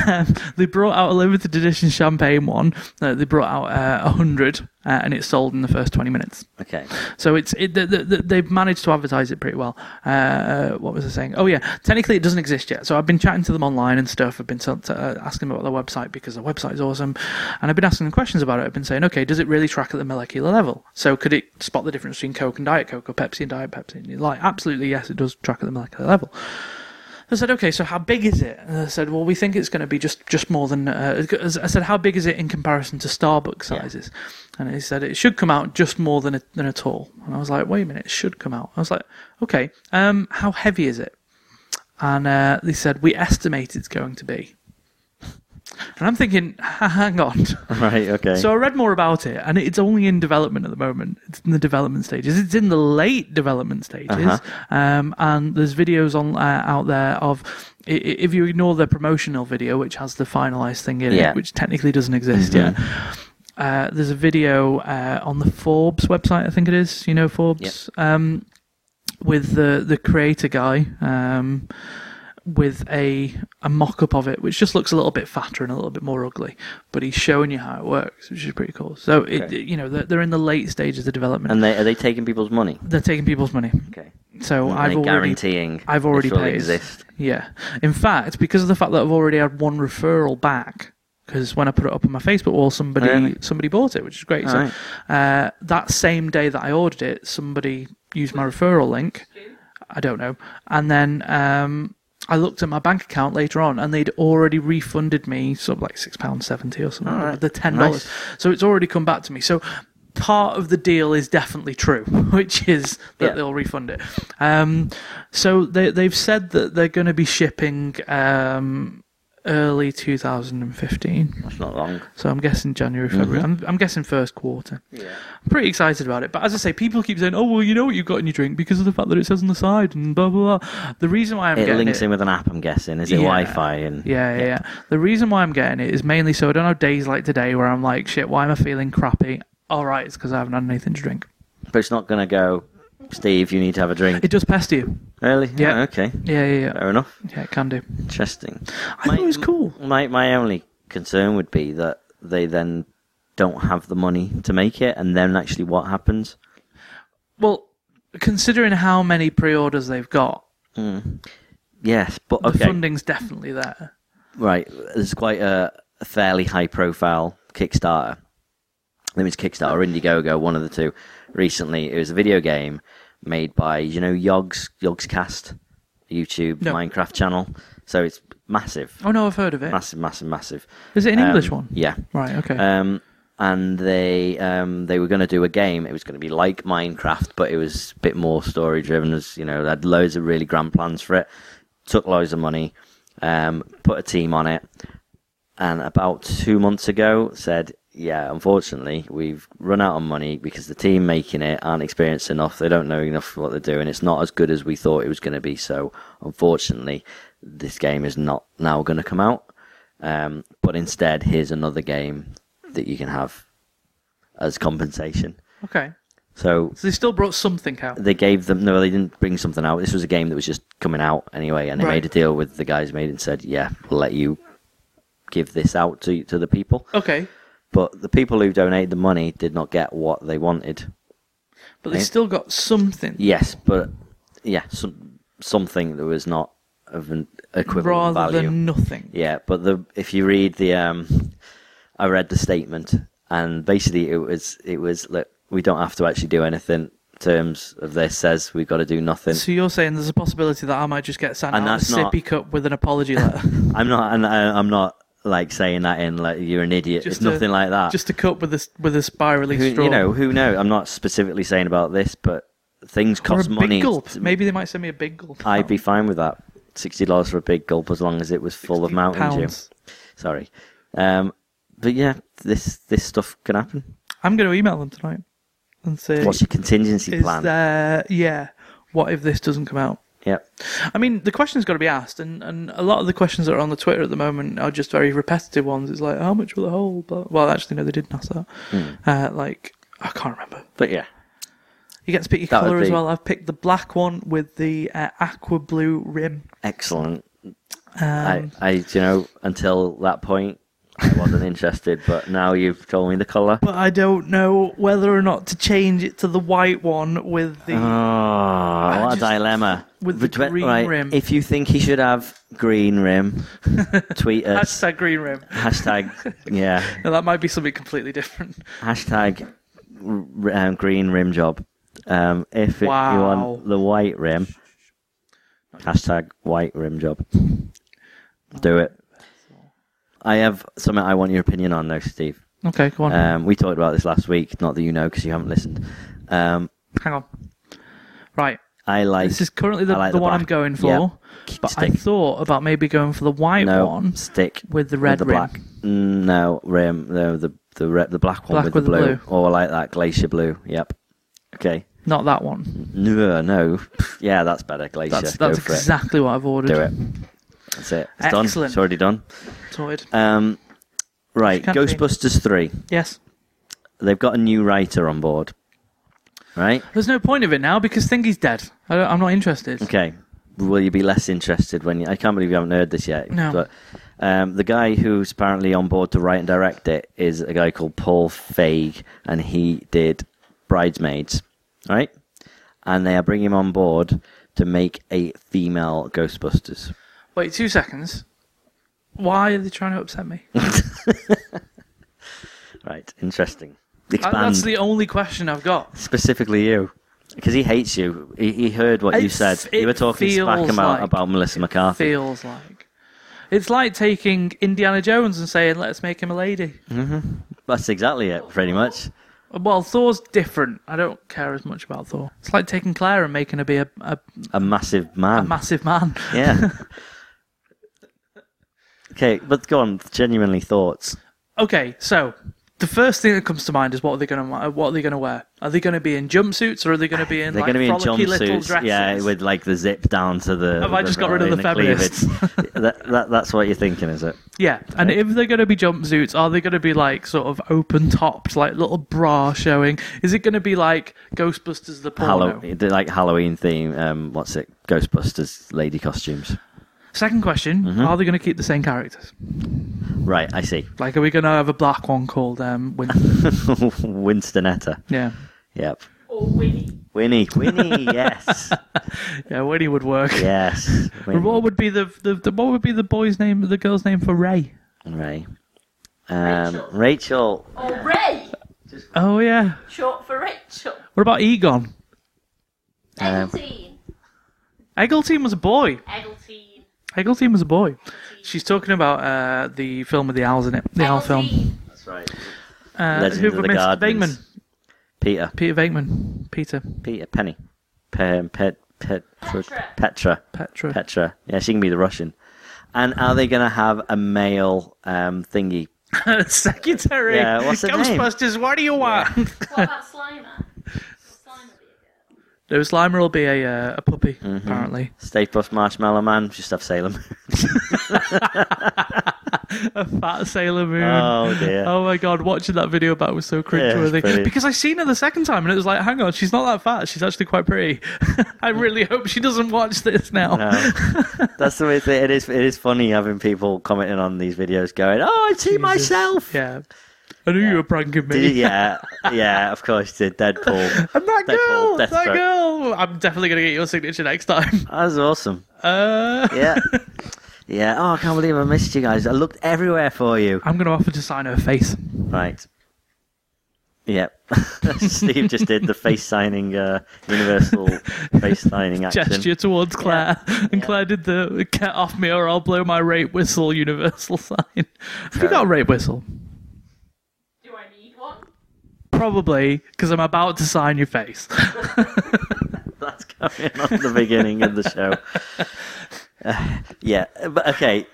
um, they brought out a limited edition champagne one. Uh, they brought out a hundred, uh, and it sold in the first twenty minutes.
Okay.
So it's it, th th th they've managed to advertise it pretty well. Uh, what was I saying? Oh yeah, technically it doesn't exist yet. So I've been chatting to them online and stuff. I've been t- t- uh, asking them about their website because their website's awesome, and I've been asking them questions about it. I've been saying, okay, does it really track at the molecular level? So could it spot the difference between Coke and Diet Coke or Pepsi and Diet Pepsi? And they're like, absolutely yes, it does track at the molecular level. I said, okay, so how big is it? And I said, well, we think it's going to be just, just more than. Uh, I said, how big is it in comparison to Starbucks sizes? And he said, it should come out just more than a, than a tall. And I was like, wait a minute, it should come out. I was like, okay, um, how heavy is it? And uh, they said, we estimate it's going to be And I'm thinking, hang on.
Right, okay.
So I read more about it, and it's only in development at the moment. It's in the development stages. It's in the late development stages,
Uh-huh.
um, and there's videos on uh, out there of i- i- if you ignore the promotional video, which has the finalized thing in
Yeah. Mm-hmm.
it, which technically doesn't exist yet. Uh, there's a video uh, on the Forbes website, I think it is. You know Forbes, um, with the the creator guy. Um, with a, a mock up of it, which just looks a little bit fatter and a little bit more ugly, but he's showing you how it works, which is pretty cool. So, it,
Okay.
you know, they're, they're in the late stages of development.
and they are they taking people's money?
they're taking people's money.
Okay.
So
And
I've
they're
already
guaranteeing
I've already
this will
paid.
exist.
Yeah. In fact, because of the fact that I've already had one referral back, because when I put it up on my Facebook wall, somebody
Really?
somebody bought it, which is great. so
Alright.
uh, that same day that I ordered it, somebody used my referral link. I don't know. And then um, I looked at my bank account later on, and they'd already refunded me sort of like six pounds seventy or something,
Alright.
the ten dollars. So it's already come back to me. So part of the deal is definitely true, which is that
Yeah.
they'll refund it. Um, so they they've said that they're going to be shipping um, early 2015.
That's not wrong.
So I'm guessing January, February. I'm, I'm guessing first quarter.
Mm-hmm. Yeah.
I'm pretty excited about it. But as I say, people keep saying, "Oh well, you know what you've got in your drink because of the fact that it says on the side and blah blah blah." The reason why I'm
It
getting
links
it,
in with an app, I'm guessing. Is it
Yeah.
Wi-Fi and
yeah, yeah, yeah. The reason why I'm getting it is mainly so I don't have days like today where I'm like, shit, why am I feeling crappy? All right, it's because I haven't had anything to drink.
But it's not going to go, Steve, you need to have a drink.
It does pester you.
really?
Yeah.
Oh, okay.
Yeah, yeah, yeah.
Fair enough.
Yeah, it can do.
Interesting.
I thought it was cool.
My, my only concern would be that they then don't have the money to make it, and then actually what happens?
Well, considering how many pre-orders they've got,
Yes, but
the
okay.
funding's definitely there.
Right. There's quite a, a fairly high profile Kickstarter. I think it was Kickstarter or Indiegogo, one of the two. Recently, it was a video game made by, you know, Yogs, Yogscast, YouTube
No.
Minecraft channel. So it's massive.
Oh no, I've heard of it.
Massive, massive, massive.
Is it an
Um,
English one?
Yeah.
Right. Okay.
Um, and they um, they were going to do a game. It was going to be like Minecraft, but it was a bit more story driven. As you know, they had loads of really grand plans for it. Took loads of money, um, put a team on it, and about two months ago said, "Yeah, unfortunately, we've run out of money because the team making it aren't experienced enough. They don't know enough what they're doing. It's not as good as we thought it was going to be. So, unfortunately, this game is not now going to come out." Um, but instead, here's another game that you can have as compensation.
okay.
So
So they still brought something out.
they gave them no, they didn't bring something out. This was a game that was just coming out anyway, and they
Right.
made a deal with the guys made it and said, "Yeah, we'll let you give this out to to the people."
Okay.
But the people who donated the money did not get what they wanted.
But they
Right.
still got something.
Yes, but yeah, some, something that was not of an equivalent
rather
value.
than nothing.
Yeah, but the if you read the um, I read the statement, and basically it was it was look, we don't have to actually do anything. Terms of this says we've got to do nothing.
So you're saying there's a possibility that I might just get sent
And
out a
that's not-
sippy cup with an apology letter,
I'm not, and I, I'm not like saying that in like you're an idiot.
Just
it's nothing
a-
like that.
just a cup with a s- with a spirally
Uh, who,
straw.
you know, who knows? I'm not specifically saying about this, but things
or a
cost
big
money.
gulp.
to-
Maybe they might send me a big gulp.
I'd be fine with that. Sixty dollars for a big gulp, as long as it was full of Mountain
pounds.
Dew. Sorry, um, but yeah, this this stuff can happen.
I'm going to email them tonight and say,
What's your contingency
"Is
plan?
there? Yeah, what if this doesn't come out?"
Yep.
I mean, the question's got to be asked, and, and a lot of the questions that are on the Twitter at the moment are just very repetitive ones. It's like, how much will it hold? Blah- Well, actually, no, they didn't ask that.
Hmm.
Uh, like, I can't remember.
But yeah.
You get to pick your
That would
colour as
be-
well. I've picked the black one with the uh, aqua blue rim.
Excellent.
Um,
I, I, you know, until that point, I wasn't interested, but now you've told me the colour.
but I don't know whether or not to change it to the white one with the.
Uh-huh. Oh, what
Ah, just-
a dilemma.
with the
Between-
green rim.
If you think he should have green rim, tweet us.
Hashtag green rim.
hashtag, yeah.
Now that might be something completely different.
Hashtag r- um, green rim job. Um, if it, you
Wow.
want the white rim, hashtag white rim job. Do it. I have something I want your opinion on, though, Steve.
Okay, go on.
Um, we talked about this last week. Not that you know because you haven't listened. Um,
Hang on. Right.
I like.
This is currently the,
I like
the, one
black-
I'm going for,
Yeah.
but I
Stick.
thought about maybe going for the white
no
one
stick
with the red
the
rim.
black. Mm, No rim. No the the re- the black one
Black
with, the blue. Or like that glacier blue. Yep. Okay.
Not that one.
No, no. Yeah, that's better. Glacier.
That's
Go
that's
for
exactly what I've
it.
ordered.
Do it. That's it. It's done.
Excellent.
It's already done.
Sorted.
Um, right.
Can't be.
Ghostbusters three.
Yes.
They've got a new writer on board. Right.
There's no point of it now because Thingy's dead. I don't, I'm not interested.
Okay. Will you be less interested when you, I can't believe you haven't heard this yet?
No.
But um, the guy who's apparently on board to write and direct it is a guy called Paul Feig, and he did Bridesmaids, right? And they are bringing him on board to make a female Ghostbusters.
Wait two seconds. Why are they trying to upset me?
Right. Interesting.
That-
Expand
Uh, that's the only question I've got.
specifically you. Because he hates you. He, he heard what you
It
said.
f-
You were
it
talking smack
feels
about,
like-
about Melissa McCarthy.
Feels like it's like taking Indiana Jones and saying, "Let's make him a lady."
That's exactly it, pretty much.
Well, Thor's different. I don't care as much about Thor. It's like taking Claire and making her be a, a,
A massive man.
a massive man.
Yeah. okay, but go on. Genuinely thoughts.
Okay, so the first thing that comes to mind is what are they going to what are they going to wear? Are they going to be in jumpsuits or are they going to be in
They're
like
going to be in
frolicky little
jumpsuits,
dresses?
yeah, with like the zip down to the.
Have I just got rid of
in
the feminists?
cleavage. that, that, that's what you're thinking, is it?
Yeah, and if they're going to be jumpsuits, are they going to be like sort of open topped, like little bra showing? Is it going to be like Ghostbusters the porno?
Hallow- they're like Halloween theme. Um, what's it? Ghostbusters lady costumes.
Second question:
Mm-hmm.
Are they going to keep the same characters?
Right, I see.
Like, are we going to have a black one called um, Winston?
Winstonetta.
yeah,
Yep. Winnie. Winnie. Winnie. Yes.
yeah, Winnie would work.
yes.
But What would be the, the, the what would be the boy's name, the girl's name for Ray?
Ray. Um, Rachel.
Or Ray,
Oh yeah.
short for Rachel.
What about Egon?
Um,
Eglantine.
Eggleton was a boy.
Eglantine.
Eggleton was a boy. She's talking about uh, the film with the owls in it, the owl film.
Eglantine.
That's right.
Uh,
Legend
who
of the
missed?
Gardens.
Venkman.
Peter.
Peter Venkman. Peter.
Peter Penny. Pe- pe- pe- Petra.
Petra.
Petra.
Petra.
Petra. Yeah, she can be the Russian. And are they going to have a male um, thingy?
Secretary.
Yeah, what's her name?
Ghostbusters, what do you want?
What about Slimer? Slimer be
No, Slimer will be a, uh, a puppy,
Mm-hmm.
apparently.
Stay Puft Marshmallow Man. Just have Salem.
A fat Sailor Moon.
oh, dear.
Oh my god, watching that video back was so cringeworthy.
it's brilliant.
because I seen her the second time and it was like, hang on, she's not that fat. She's actually quite pretty. I really hope she doesn't watch this now.
No. That's the way thing. It is, it is funny having people commenting on these videos going, oh, I see
Jesus.
myself.
Yeah. I knew you were pranking me.
Did you- Yeah, yeah, of course, did Deadpool.
And that girl,
Deadpool,
that
Deathstroke.
girl. I'm definitely gonna get your signature next time.
That was awesome.
Uh,
Yeah, yeah. Oh, I can't believe I missed you guys. I looked everywhere for you.
I'm gonna offer to sign her face.
Right. Yep. Steve just did the face signing, uh, universal face signing action.
Gesture towards Claire, and
Yeah.
Claire did the "Get off me, or I'll blow my rape whistle." Universal sign. Have you got a rape whistle?
Do I need one?
Probably, because I'm about to sign your face.
That's coming on the beginning of the show. Uh, yeah, but okay.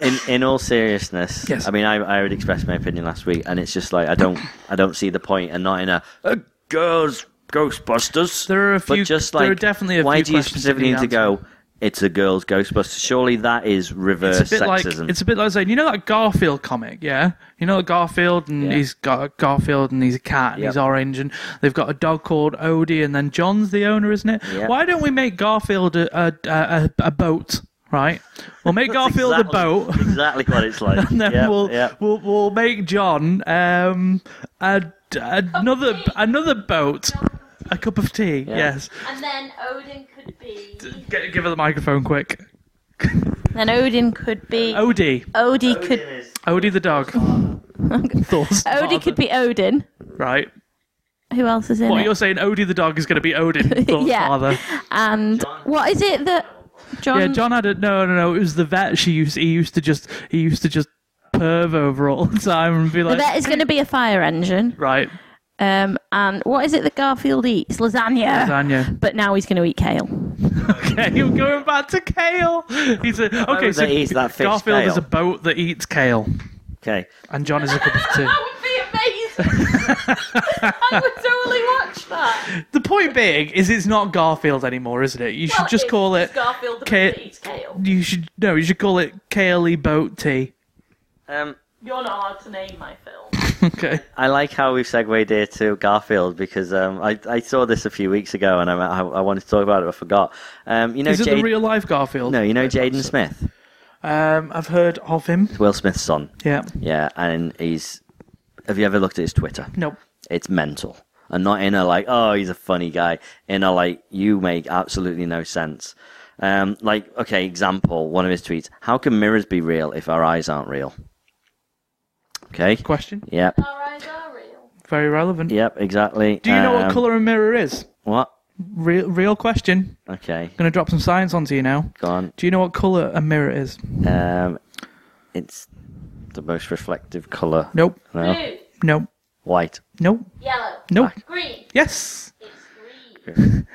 In in all seriousness,
Yes.
I mean, I I already expressed my opinion last week, and it's just like I don't I don't see the point, and not in a, a girls Ghostbusters.
There are a few-
but just
there
like
are definitely a
why
few
do you
questions that
specifically
need
need to go? It's a girls Ghostbusters. Surely that is reverse
it's a bit
sexism.
like it's a bit like saying you know that Garfield comic, yeah? You know Garfield and
Yeah.
he's got Garfield and he's a cat and he's
Yep.
orange and they've got a dog called Odie and then John's the owner, isn't it?
Yeah.
Why don't we make Garfield a a, a, a boat, right? We'll make
That's
Garfield
exactly-
a boat.
Exactly what it's like.
And then
yeah,
we'll,
yeah.
we'll we'll make John um a, another
tea.
another boat, a cup of tea. Yes,
And then Odin could be.
G- give her the microphone quick.
Then Odin could be.
Odie,
Odie could.
Odie the dog. Thor's father.
Odie could be Odin.
right.
Who else is in
What
it?
you're saying, Odie the dog is going to be Odin, Thor's
Yeah. Um,
father.
And what is it that John?
Yeah, John had a no, no, no. It was the vet. She used he used to just he used to just perv over all the time and be
The
like,
vet is going to be a fire engine,
right,
Um, and what is it that Garfield eats? Lasagna.
Lasagna.
But now he's going to eat kale.
Okay, we're going back to kale. He's a, okay,
would
so
they eat that fish
Garfield
kale?
is a boat that eats kale,
Okay.
and John is a cup of tea.
would be amazing. I would totally watch that.
The point being is, it's not Garfield anymore, isn't it? You should just call it.
Garfield the
Kale- that
eats kale.
You should no, you should call it Kaley Boat Tea.
Um,
You're not allowed to name my film.
Okay,
I like how we've segued here to Garfield because um, I, I saw this a few weeks ago and I, I, I wanted to talk about it, but I forgot. Um, you know,
is it the
Jade-
real life Garfield?
no, you know Jaden Smith,
Um, I've heard of him.
Will Smith's son.
Yeah.
Yeah, and he's. Have you ever looked at his Twitter?
Nope.
It's mental. And not in a like, oh, he's a funny guy. In a like, you make absolutely no sense. Um, like, okay, example, one of his tweets. How can mirrors be real if our eyes aren't real? Okay.
Question.
Yep.
Our eyes are real.
Very relevant.
Yep, exactly.
Do you know what
Um,
color a mirror is?
What?
Real, real question.
Okay,
Going to drop some science onto you now.
go on.
Do you know what color a mirror is?
Um, it's the most reflective colour.
Nope.
No?
Nope.
White.
Nope.
yellow,
Nope.
green.
Yes.
It's green.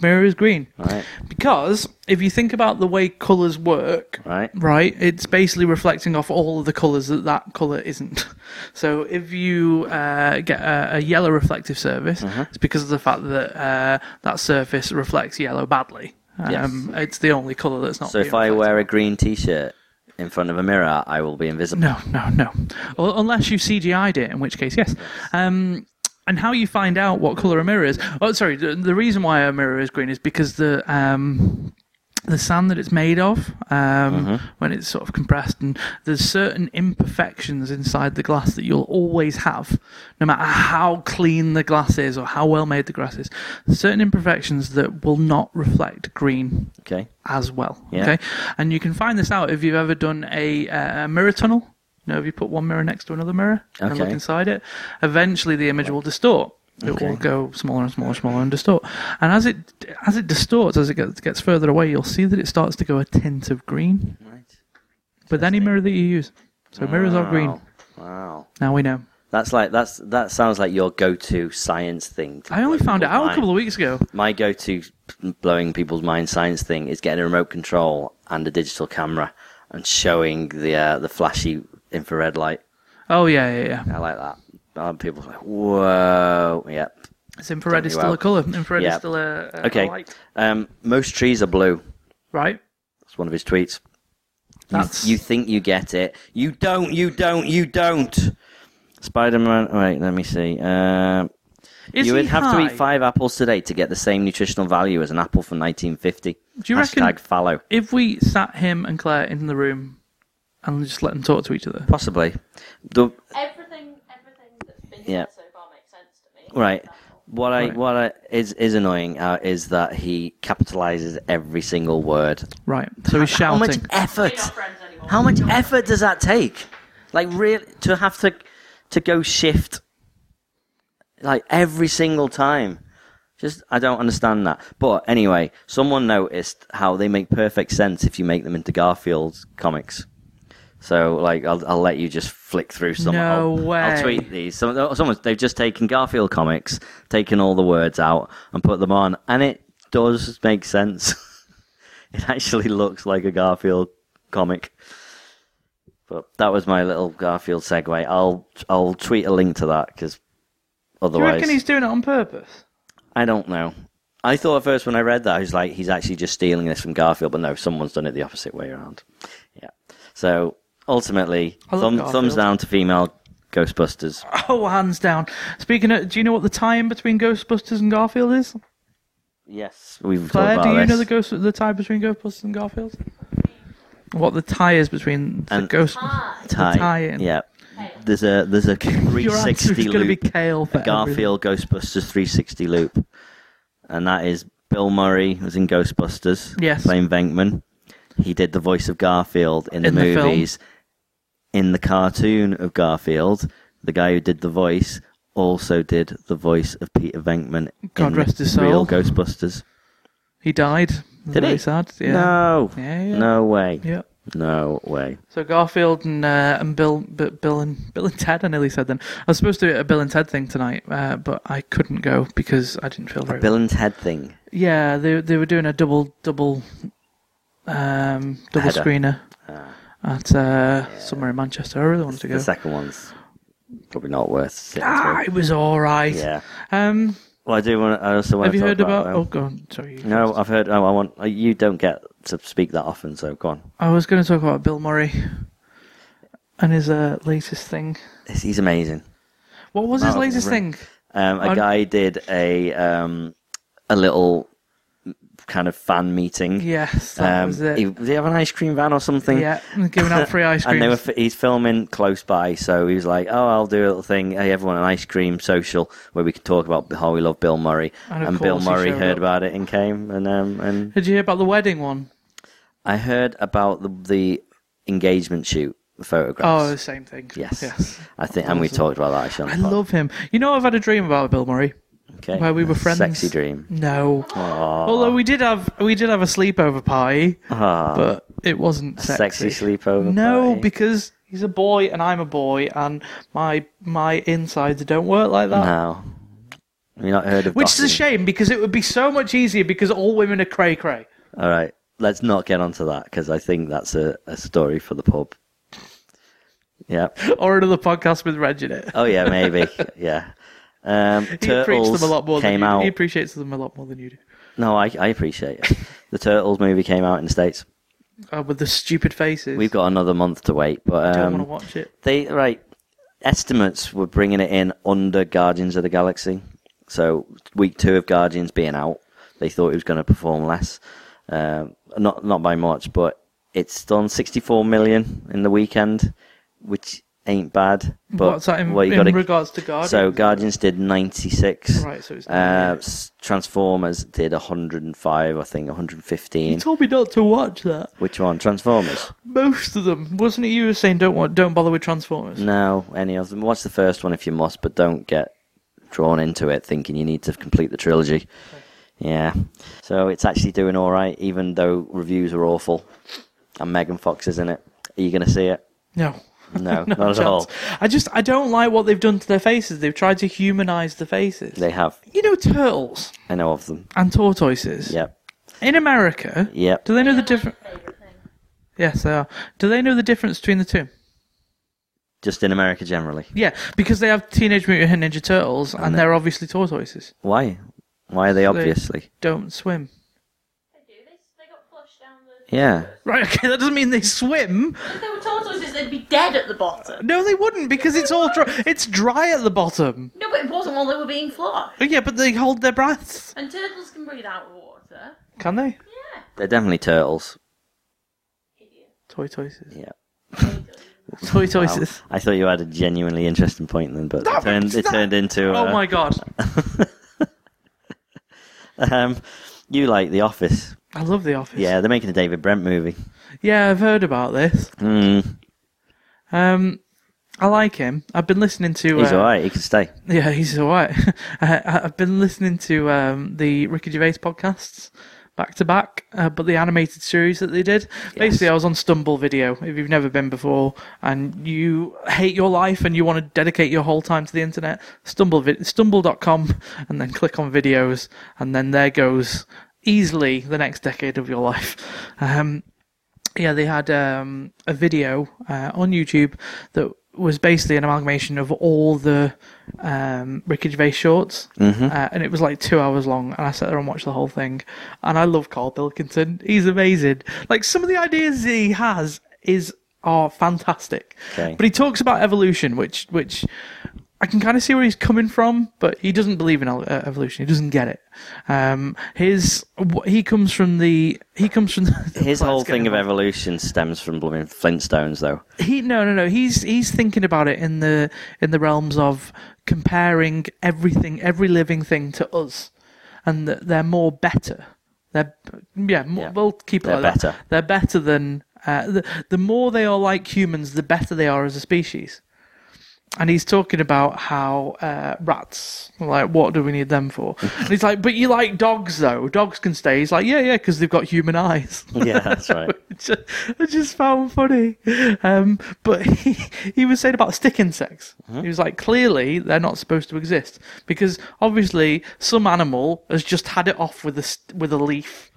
Mirror is green.
Right,
Because if you think about the way colors work,
right.
right, it's basically reflecting off all of the colors that that color isn't. So if you uh, get a, a yellow reflective surface,
Mm-hmm.
it's because of the fact that uh, that surface reflects yellow badly. Um, It's the only color that's not.
So if
being
I
reflected.
wear a green t shirt in front of a mirror, I will be invisible.
No, no, no. U- Unless you CGI'd it, in which case, yes. Um, and how you find out what colour a mirror is? Oh, sorry. The, the reason why a mirror is green is because the um, the sand that it's made of, um, when it's sort of compressed, and there's certain imperfections inside the glass that you'll always have, no matter how clean the glass is or how well made the glass is. Certain imperfections that will not reflect green
Okay.
as well.
Yeah.
Okay, and you can find this out if you've ever done a uh, a mirror tunnel. You know, if you put one mirror next to another mirror and look
Okay.
inside it, eventually the image will distort. It will go smaller and smaller and smaller and distort. And as it as it distorts, as it gets, gets further away, you'll see that it starts to go a tint of green
Right.
with any mirror that you use. So mirrors are green.
Wow. Wow.
Now we know.
That's like that's that sounds like your go-to science thing. to
I only
blow
found it
people's
out a
mind.
couple of weeks ago.
My go-to blowing people's mind science thing is getting a remote control and a digital camera and showing the uh, the flashy infrared light.
Oh yeah, yeah, yeah.
I like that. Uh, people are like, whoa, yep.
It's infrared is
Don't you
still a
out.
color. Infrared is
Yeah.
still a, a
Okay.
light.
Um, most trees are blue.
Right.
That's one of his tweets. You,
That's
you think you get it. You don't, you don't, you don't. Spider Man. Wait, let me see. Um
Is
you would
he
have to
high?
eat five apples today to get the same nutritional value as an apple from 1950.
Do you
Hashtag
reckon-
fallow.
if we sat him and Claire in the room and just let them talk to each other.
Possibly. The,
Everything, everything that's been
Yeah.
said so far makes sense to me.
Right. What I
Right.
what I, is is annoying uh, is that he capitalizes every single word.
Right. So he's
How much
shouting.
We're
effort?
not friends anymore.
How much effort does that take? Like really to have to to go shift like every single time. Just I don't understand that. But anyway, someone noticed how they make perfect sense if you make them into Garfield comics. So like I'll, I'll let you just flick through some.
No
I'll,
way.
I'll tweet these. Some, someone they've just taken Garfield comics, taken all the words out and put them on, and it does make sense. it actually looks like a Garfield comic. But that was my little Garfield segue. I'll I'll tweet a link to that because
Do you
otherwise,
reckon he's doing it on purpose?
I don't know. I thought at first when I read that, I was like, he's actually just stealing this from Garfield, but no, someone's done it the opposite way around. Yeah. So ultimately,
I love
thumb,
Garfield.
thumbs down to female Ghostbusters.
Oh, hands down. Speaking of, do you know what the tie-in between Ghostbusters and Garfield is?
Yes, we've
Claire,
talked
do
about
you know
this.
the ghost, the tie between Ghostbusters and Garfield? What the tie is between the
And-
ghost?
Ah,
tie.
tie-in?
Yeah. There's a there's a
Your answer
360
is going to be
loop.
Kale for
a Garfield Ghostbusters 360 loop, and that is Bill Murray was in Ghostbusters.
Yes.
playing Venkman. He did the voice of Garfield in the
In the film.
movies. in the cartoon of Garfield, the guy who did the voice also did the voice of Peter Venkman
God
in
rest
the
his soul.
real Ghostbusters.
He died.
Did
Very
he?
sad. Yeah.
No,
Yeah, yeah.
no way.
Yeah.
No way.
So Garfield and uh, and Bill, B- Bill and Bill and Ted. I nearly said then. I was supposed to do a Bill and Ted thing tonight, uh, but I couldn't go because I didn't feel very.
Bill and Ted thing.
Yeah, they they were doing a double double um, double
Header. Ah.
screener at uh, somewhere in Manchester. I really wanted to go.
The second one's probably not worth sitting
Ah, it
through.
was all right.
Yeah.
Um,
Well, I do want. I also want
have
to
you
talk
heard about?
about
oh, go on. Sorry. you
No,
first.
I've heard. Oh, I want. uh, You don't get to speak that often, so go on.
I was going to talk about Bill Murray and his uh, latest thing.
He's- He's amazing.
What was his
Wow,
latest
right.
thing?
Um, a
On-
guy did a um, a little kind of fan meeting.
Yes, that
Um,
was it.
he- did he have an ice cream van or something?
yeah, giving out free ice cream.
And they were, f- he's filming close by, so he was like, "Oh, I'll do a little thing. Hey, everyone, an ice cream social where we can talk about how we love Bill Murray."
And of
Bill
course he
Murray
showed
heard
up.
about it and came. And um, and
Did you hear about the wedding one?
I heard about the, the engagement shoot, the
Oh,
photographs.
the same thing.
yes.
Yes.
I think, and we talked about that. Actually,
I
on the pod.
love him. You know, I've had a dream about Bill Murray.
okay.
where we were friends.
Sexy dream.
No.
Aw.
Although we did have we did have a sleepover party,
Ah,
but it wasn't sexy.
sexy sleepover.
no,
party.
because he's a boy and I'm a boy, and my my insides don't work like that.
no. You not heard of
Which is a
Gotham?
shame because it would be so much easier because all women are cray cray.
All right, let's not get onto that because I think that's a, a story for the pub. Yeah.
Or another podcast with Reg in it.
Oh yeah, maybe. yeah. Um,
He appreciates
Turtles
them a lot more than
came
you do.
out.
He appreciates them a lot more than you do.
no, I, I appreciate it. the Turtles movie came out in the states.
Oh, with the stupid faces.
We've got another month to wait, but
don't
um,
want to watch it.
they right estimates were bringing it in under Guardians of the Galaxy. So week two of Guardians being out, they thought it was going to perform less, Um not not by much, but it's done 64 million in the weekend, which ain't bad. But
What's that in,
well, you
in
gotta-
regards to Guardians?
so Guardians did 96.
Right, so it's
Uh, s- Transformers did 105, I think 115.
You told me not to watch that.
Which one? Transformers?
Most of them, wasn't it? You were saying don't want, don't bother with Transformers.
No, any of them. Watch the first one if you must, but don't get drawn into it thinking you need to complete the trilogy. Yeah. So it's actually doing all right, even though reviews are awful. And Megan Fox is in it. Are you going to see it?
No,
No,
No
not at all.
chance. I just I don't like what they've done to their faces. They've tried to humanize the faces.
They have.
you know turtles
I know of them.
and tortoises.
Yep.
In America,
Yep.
do they know the difference? Yes, they are. Do they know the difference between the two?
Just in America generally.
Yeah, because they have Teenage Mutant Ninja Turtles, and they're obviously tortoises.
Why? Why are they obviously?
Don't swim.
Yeah.
Right, okay, that doesn't mean they swim.
If they were tortoises, they'd be dead at the bottom.
No, they wouldn't because it's all dry. It's dry at the bottom.
No, but it wasn't while they were being flushed.
Yeah, but they hold their breaths.
And turtles can breathe out water.
Can they?
They're definitely turtles.
Toy toises.
Yeah. Um,
Toy toises.
I thought you had a genuinely interesting point then, but it, turned, it
that-
turned into.
Oh
uh,
my god.
Um, you like The Office.
I love The Office.
Yeah, they're making a David Brent movie.
Yeah, I've heard about this.
Hmm.
Um, I like him. I've been listening to.
He's
uh,
alright, he can stay.
Yeah, he's alright. I, I- I've been listening to um, the Ricky Gervais podcasts back to back, uh, but the animated series that they did. Basically, I was on Stumble Video. If you've never been before and you hate your life and you want to dedicate your whole time to the internet, stumble vid- stumble.com and then click on videos, and then there goes easily the next decade of your life. Um, yeah, they had um, a video uh, on YouTube that was basically an amalgamation of all the um, Ricky Gervais shorts,
Mm-hmm.
uh, and it was like two hours long. And I sat there and watched the whole thing. And I love Carl Pilkington; he's amazing. Like some of the ideas he has is are fantastic.
Okay.
But he talks about evolution, which which I can kind of see where he's coming from, but he doesn't believe in el- uh, evolution. He doesn't get it. Um, his wh- he comes from the he comes from the,
His whole
Let's get
thing of
him on.
evolution stems from blooming Flintstones, though.
He no no no. He's he's thinking about it in the in the realms of comparing everything, every living thing to us, and that they're more better. They're yeah. More,
Yeah.
We'll keep it
They're
like that.
better.
They're better than uh, the the more they are like humans, the better they are as a species. and he's talking about how uh, rats, like, what do we need them for? And he's like, but you like dogs though. Dogs can stay. He's like, yeah, yeah, because they've got human eyes.
Yeah, that's right.
Which I just found funny. Um, but he, he was saying about stick insects. He was like, clearly they're not supposed to exist because obviously some animal has just had it off with a st- with a leaf.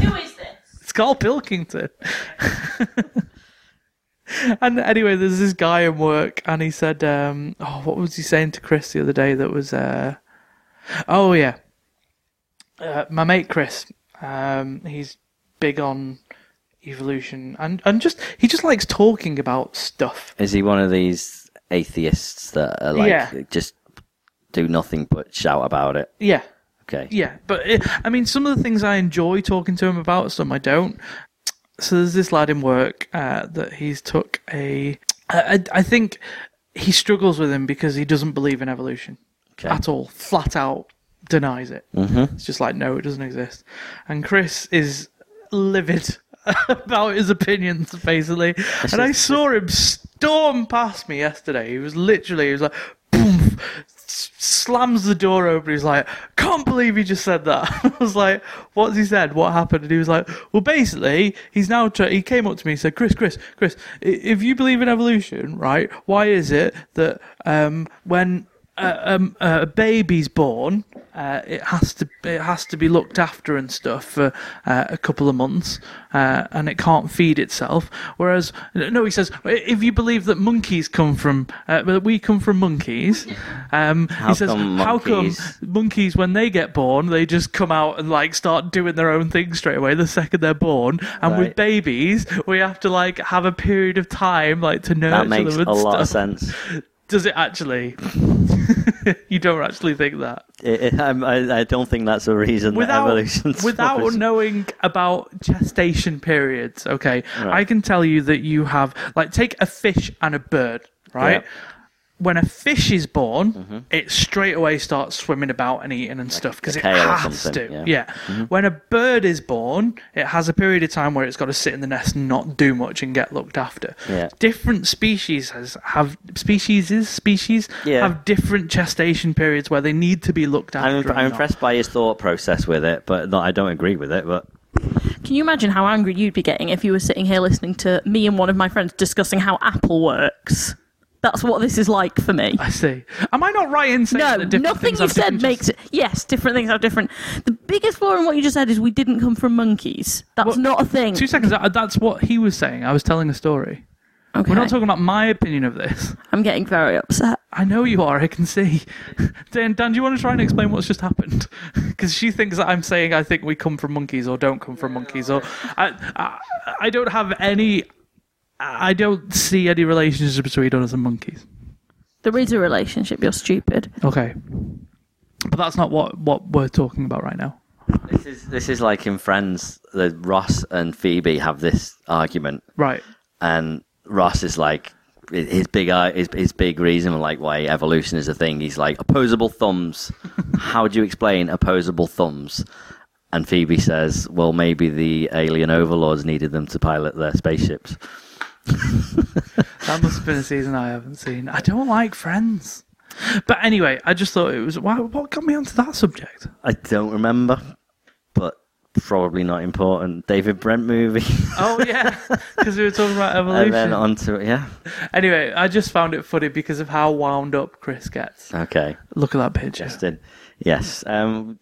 Who is this?
It's called Pilkington. and anyway, there's this guy in work, and he said, um, "Oh, what was he saying to Chris the other day? That was, uh, oh yeah, uh, my mate Chris. Um, he's big on evolution, and and just he just likes talking about stuff.
Is he one of these atheists that are like
Yeah.
just do nothing but shout about it?
Yeah,
Okay.
Yeah, but it, I mean, some of the things I enjoy talking to him about, some I don't. So there's this lad in work uh, that he's took a. I, I- I think he struggles with him because he doesn't believe in evolution
Okay.
at all. Flat out denies it. Mm-hmm. It's just like no, it doesn't exist. And Chris is livid about his opinions, basically. and I saw him storm past me yesterday. He was literally, he was like, boom, s- slams the door open. He's like, can't believe he just said that. I was like, what's he said? What happened? And he was like, well, basically, he's now, tr- he came up to me and said, Chris, Chris, Chris, i- if you believe in evolution, right, why is it that um, when uh, um, uh, a baby's born, uh, it has to it has to be looked after and stuff for uh, a couple of months, uh, and it can't feed itself. Whereas, no, he says, if you believe that monkeys come from uh, that we come from monkeys, um, he says,
come
how come
monkeys?
monkeys when they get born they just come out and like start doing their own thing straight away the second they're born, and with
Right.
babies we have to like have a period of time like to nurture
That makes
them and
a lot of
stuff.
sense.
Does it actually? you don't actually think that
It, it, I'm- I, I don't think that's a reason
without
that evolution's
without
was-
knowing about gestation periods. Okay, I can tell you that you have like take a fish and a bird, right?
Yeah. Mm-hmm.
When a fish is born, it straight away starts swimming about and eating and stuff because it
tail or
has
something,
to.
yeah. Mm-hmm.
Yeah. When a bird is born, it has a period of time where it's got to sit in the nest and not do much and get looked after.
Yeah.
Different species has have species is species
Yeah.
have different gestation periods where they need to be looked after.
I'm,
and
I'm
not.
impressed by his thought process with it, but not, I don't agree with it. But
Can you imagine how angry you'd be getting if you were sitting here listening to me and one of my friends discussing how Apple works? That's what this is like for me.
I see. Am I not right in saying
No,
that different
nothing
things have
you've said
different
makes it. Yes, different things are different. The biggest flaw in what you just said is we didn't come from monkeys. That's
Well,
not a thing.
Two seconds. that- That's what he was saying. I was telling a story.
Okay.
We're not talking about my opinion of this.
I'm getting very upset.
I know you are. I can see. Dan, Dan, do you want to try and explain what's just happened? Because she thinks that I'm saying I think we come from monkeys or don't come from monkeys or I, I, I don't have any. I don't see any relationship between us and monkeys.
There is a relationship. You're stupid.
Okay, but that's not what what we're talking about right now.
this is this is like in Friends. The Ross and Phoebe have this argument,
Right.
and Ross is like his big eye- his, his big reason like why evolution is a thing. He's like opposable thumbs. How do you explain opposable thumbs? And Phoebe says, "Well, maybe the alien overlords needed them to pilot their spaceships."
That must have been a season I haven't seen. I don't like Friends. But anyway, I just thought it was why, what got me onto that subject.
I don't remember, but probably not important. David Brent movie,
Oh yeah, because we were talking about
and
evolution.
then on to yeah.
Anyway, I just found it funny because of how wound up Chris gets.
Okay,
Look at that picture.
Justin. Yes, um,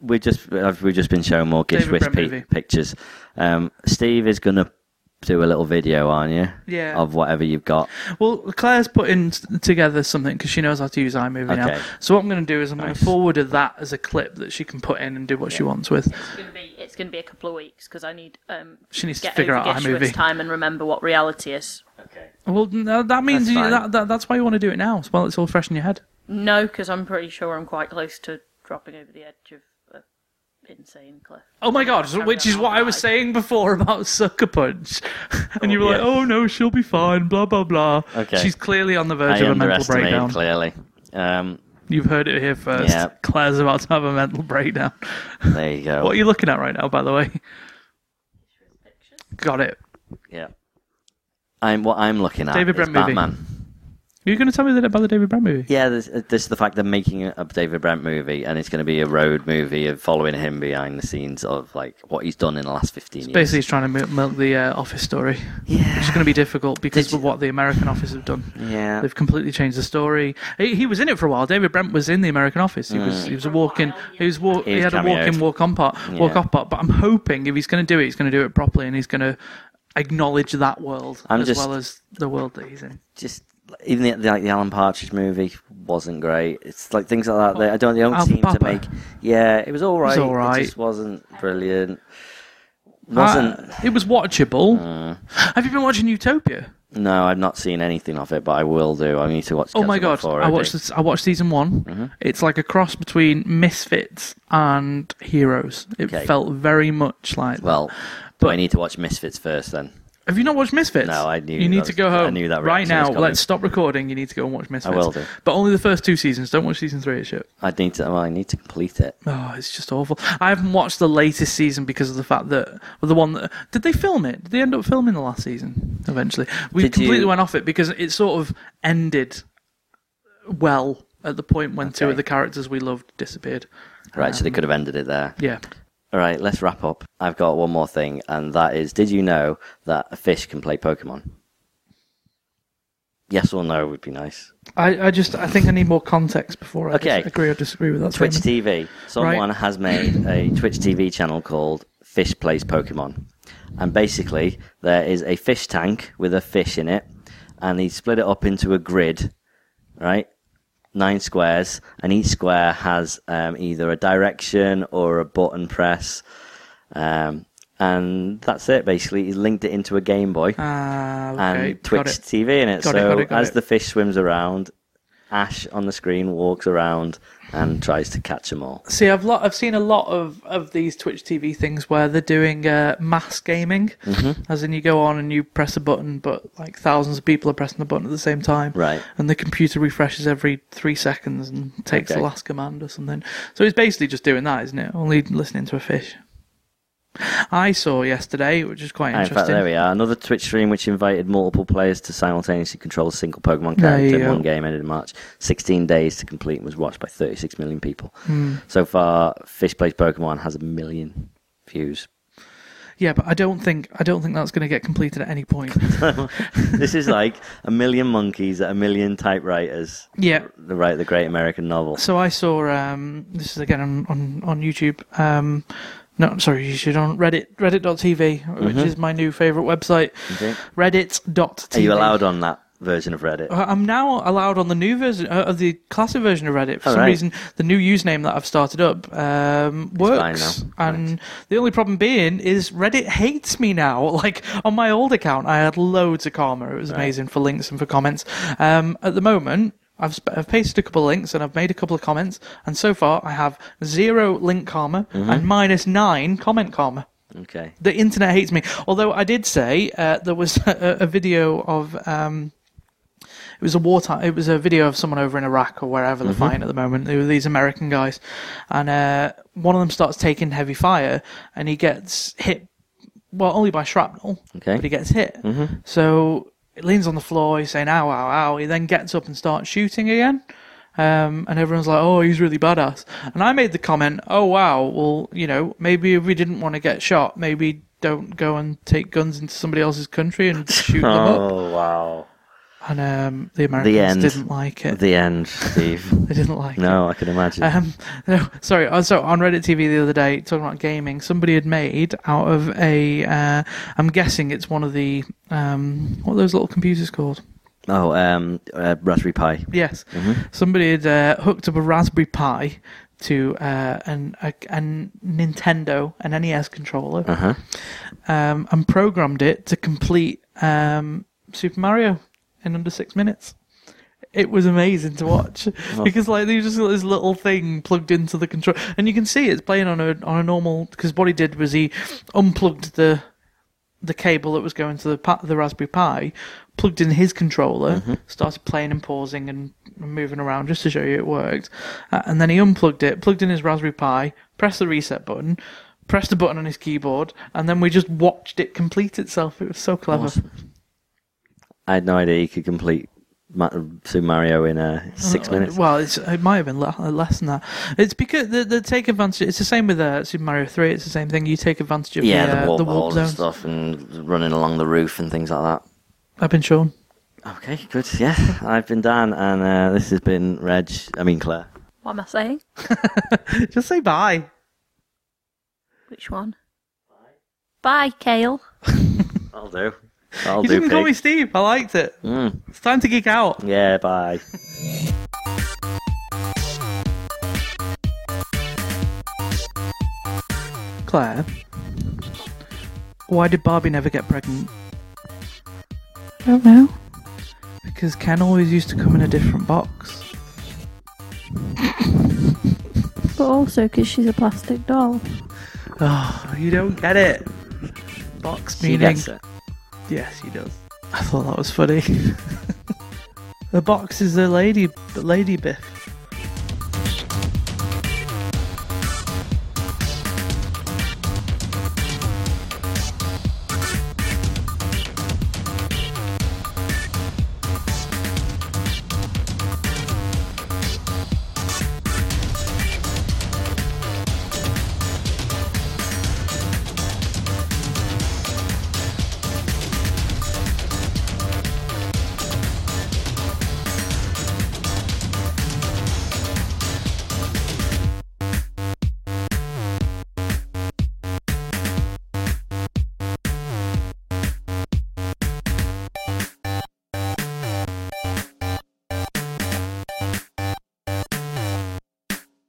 we just I've- we've just been shown more Gish
David
Whish
Brent
pi-
movie.
pictures. Um, Steve is gonna do a little video, aren't you?
Yeah.
Of whatever you've got.
Well, Claire's putting s- together something because she knows how to use iMovie
Okay.
now. So what I'm going to do is I'm going
Nice.
to forward her that as a clip that she can put in and do what she wants with.
It's gonna be. It's gonna be a couple of weeks because I need. Um,
She needs to
get
figure
over
out
Geshua's
iMovie.
time and remember what reality is.
Well, no, that means
That's
you,
fine.
that, that, that's why you want to do it now, while it's all fresh in your head.
No, because I'm pretty sure I'm quite close to dropping over the edge of an insane cliff.
Oh my god, so- which is what I was saying before about Sucker Punch. And you were like,
yes.
oh no, she'll be fine, blah, blah, blah.
Okay.
She's clearly on the verge of
I
a mental
underestimated
breakdown.
clearly. Um,
You've heard it here first.
Yeah.
Claire's about to have a mental breakdown.
there you go.
What are you looking at right now, by the way? Got it.
Yeah. I'm what I'm looking at.
David
is
Brent movie.
Batman.
You're going to tell me that about the David Brown movie?
Yeah, this, this is the fact they're making a David Brent movie, and it's going to be a road movie of following him behind the scenes of like what he's done in the last fifteen years.
Basically, he's trying to milk, milk the uh, office story,
yeah,
which is going to be difficult because
Did you-
of what the American office have done.
yeah.
They've completely changed the story. He, he was in it for a while. David Brent was in the American Office. He was he was a walk in. He was walk.
Mm. He
He,
was
had a walk
cameoed.
in, walk on part, walk
Yeah.
off part. But I'm hoping if he's going to do it, he's going to do it properly, and he's going to acknowledge that world
I'm
as
just-
well as the world that he's in.
Just even the, the, like the Alan Partridge movie wasn't great. It's like things like that. They, I don't. They don't
Alpha
seem to
Papa.
make. Yeah, it was all right.
all right.
It just wasn't brilliant. Wasn't. Uh.
Uh, it was watchable. Have you been watching Utopia?
no, I've not seen anything of it, but I will do. I need to watch.
Oh my
Godzilla
god!
4,
I watched
think. Mm-hmm.
this, I watched season one. It's like a cross between Misfits and Heroes. It
Okay.
felt very much like. that.
Well, but
But-
I need to watch Misfits first then.
Have you not watched Misfits?
No, I knew
You
that
need
was-
to go
I
home.
knew that
right
reaction was
now.
coming.
Let's stop recording. You need to go and watch Misfits.
will do.
But only the first two seasons. Don't watch season three as shit.
I need to. Well, I need to complete it.
Oh, it's just awful. I haven't watched the latest season because of the fact that well, the one that did they film it? Did they end up filming the last season eventually? We
Did you-
completely went off it because it sort of ended well at the point when two
Okay.
of the characters we loved disappeared.
Right, so they could have ended it there.
Um, Yeah.
All right, let's wrap up. I've got one more thing, and that is: Did you know that a fish can play Pokemon? Yes or no would be nice.
I, I just I think I need more context before I
Okay.
dis- agree or disagree with that.
Twitch
statement.
TV. Someone has made a Twitch TV channel called Fish Plays Pokemon. And basically, there is a fish tank with a fish in it, and he split it up into a grid, right? Nine squares, and each square has um, either a direction or a button press. Um, and that's it, basically. He's linked it into a Game Boy
Ah, okay.
and Twitch
got it.
TV in it.
Got it,
so
got it, got
as
it.
the fish swims around, Ash on the screen walks around and tries to catch them all.
See, I've lot, I've seen a lot of, of these Twitch TV things where they're doing uh, mass gaming,
Mm-hmm.
as in you go on and you press a button, but like thousands of people are pressing the button at the same time,
Right.
And the computer refreshes every three seconds and takes
Okay.
the last command or something. So it's basically just doing that, isn't it? Only listening to a fish. I saw yesterday, which is quite
And Ah, in
interesting.
fact, there we are. Another Twitch stream which invited multiple players to simultaneously control a single Pokemon
There
character
you
in
go.
one game ended in March. 16 days to complete and was watched by 36 million people.
Hmm.
So far, Fish Plays Pokemon has a million views.
Yeah, but I don't think I don't think that's going to get completed at any point.
this is like a million monkeys at a million typewriters
yeah,
that write the great American novel.
So I saw um, this is again on on, on YouTube. Um, no, sorry, YouTube on Reddit Reddit.tv, which is my new favorite website.
Okay.
Reddit.tv.
Are you allowed on that version of Reddit?
Uh, I'm now allowed on the new version uh, of the classic version of Reddit. For
All
some
right.
reason, the new username that I've started up um, works,
fine now.
and the only problem being is Reddit hates me now. Like on my old account, I had loads of karma. It was amazing for links and for comments. Um, at the moment. I've, sp- I've pasted a couple of links and I've made a couple of comments, and so far I have zero link karma
Mm-hmm.
and minus nine comment karma
Okay.
the internet hates me. Although I did say uh, there was a, a video of um, it was a wartime. It was a video of someone over in Iraq or wherever they're fighting at the moment. There were these American guys, and uh, one of them starts taking heavy fire, and he gets hit. Well, only by shrapnel,
Okay.
but he gets hit. So he leans on the floor. He's saying "ow, ow, ow." He then gets up and starts shooting again. Um, and everyone's like, "Oh, he's really badass." And I made the comment, "Oh wow, well, you know, maybe if we didn't want to get shot, maybe don't go and take guns into somebody else's country and shoot them up."
Oh, wow.
And um, the Americans
end.
didn't like it.
The end, Steve.
they didn't like it.
no, I can imagine.
Um, no, sorry. uh, So on Reddit TV the other day, talking about gaming, somebody had made out of a. Uh, I'm guessing it's one of the um, what are those little computers called?
oh, um, uh, Raspberry Pi.
Yes. Somebody had uh, hooked up a Raspberry Pi to uh, an a, a Nintendo, an NES controller,
Uh-huh.
um, and programmed it to complete um, Super Mario in under six minutes. It was amazing to watch because like they just got this little thing plugged into the control, and you can see it's playing on a on a normal. Because what he did was he unplugged the the cable that was going to the pa- the Raspberry Pi, plugged in his controller,
Mm-hmm.
started playing and pausing and moving around just to show you it worked, uh, and then he unplugged it, plugged in his Raspberry Pi, pressed the reset button, pressed the button on his keyboard, and then we just watched it complete itself. It was so clever.
I had no idea you could complete Ma- Super Mario in uh, six minutes.
Well, it's, it might have been le- less than that. It's because they, they take advantage. It's the same with uh, Super Mario Three. It's the same thing. You take advantage of
yeah,
the, uh,
the warp,
the warp
holes and
zones.
stuff, and running along the roof and things like that.
I've been shown.
Okay, good. Yeah, I've been Dan, and uh, this has been Reg. I mean Claire.
What am I saying?
Just say bye.
Which one? Bye, Kale.
I'll do. I'll
you
do.
didn't call me
pig.
Steve. I liked it.
Mm.
It's time to geek out.
Yeah, bye.
Claire, why did Barbie never get pregnant?
I don't know.
Because Ken always used to come in a different box.
But also because she's a plastic doll.
Oh, you don't get it. Box
She
meaning.
gets it.
Yes, he does. I thought that was funny. the box is the lady, the lady Biff.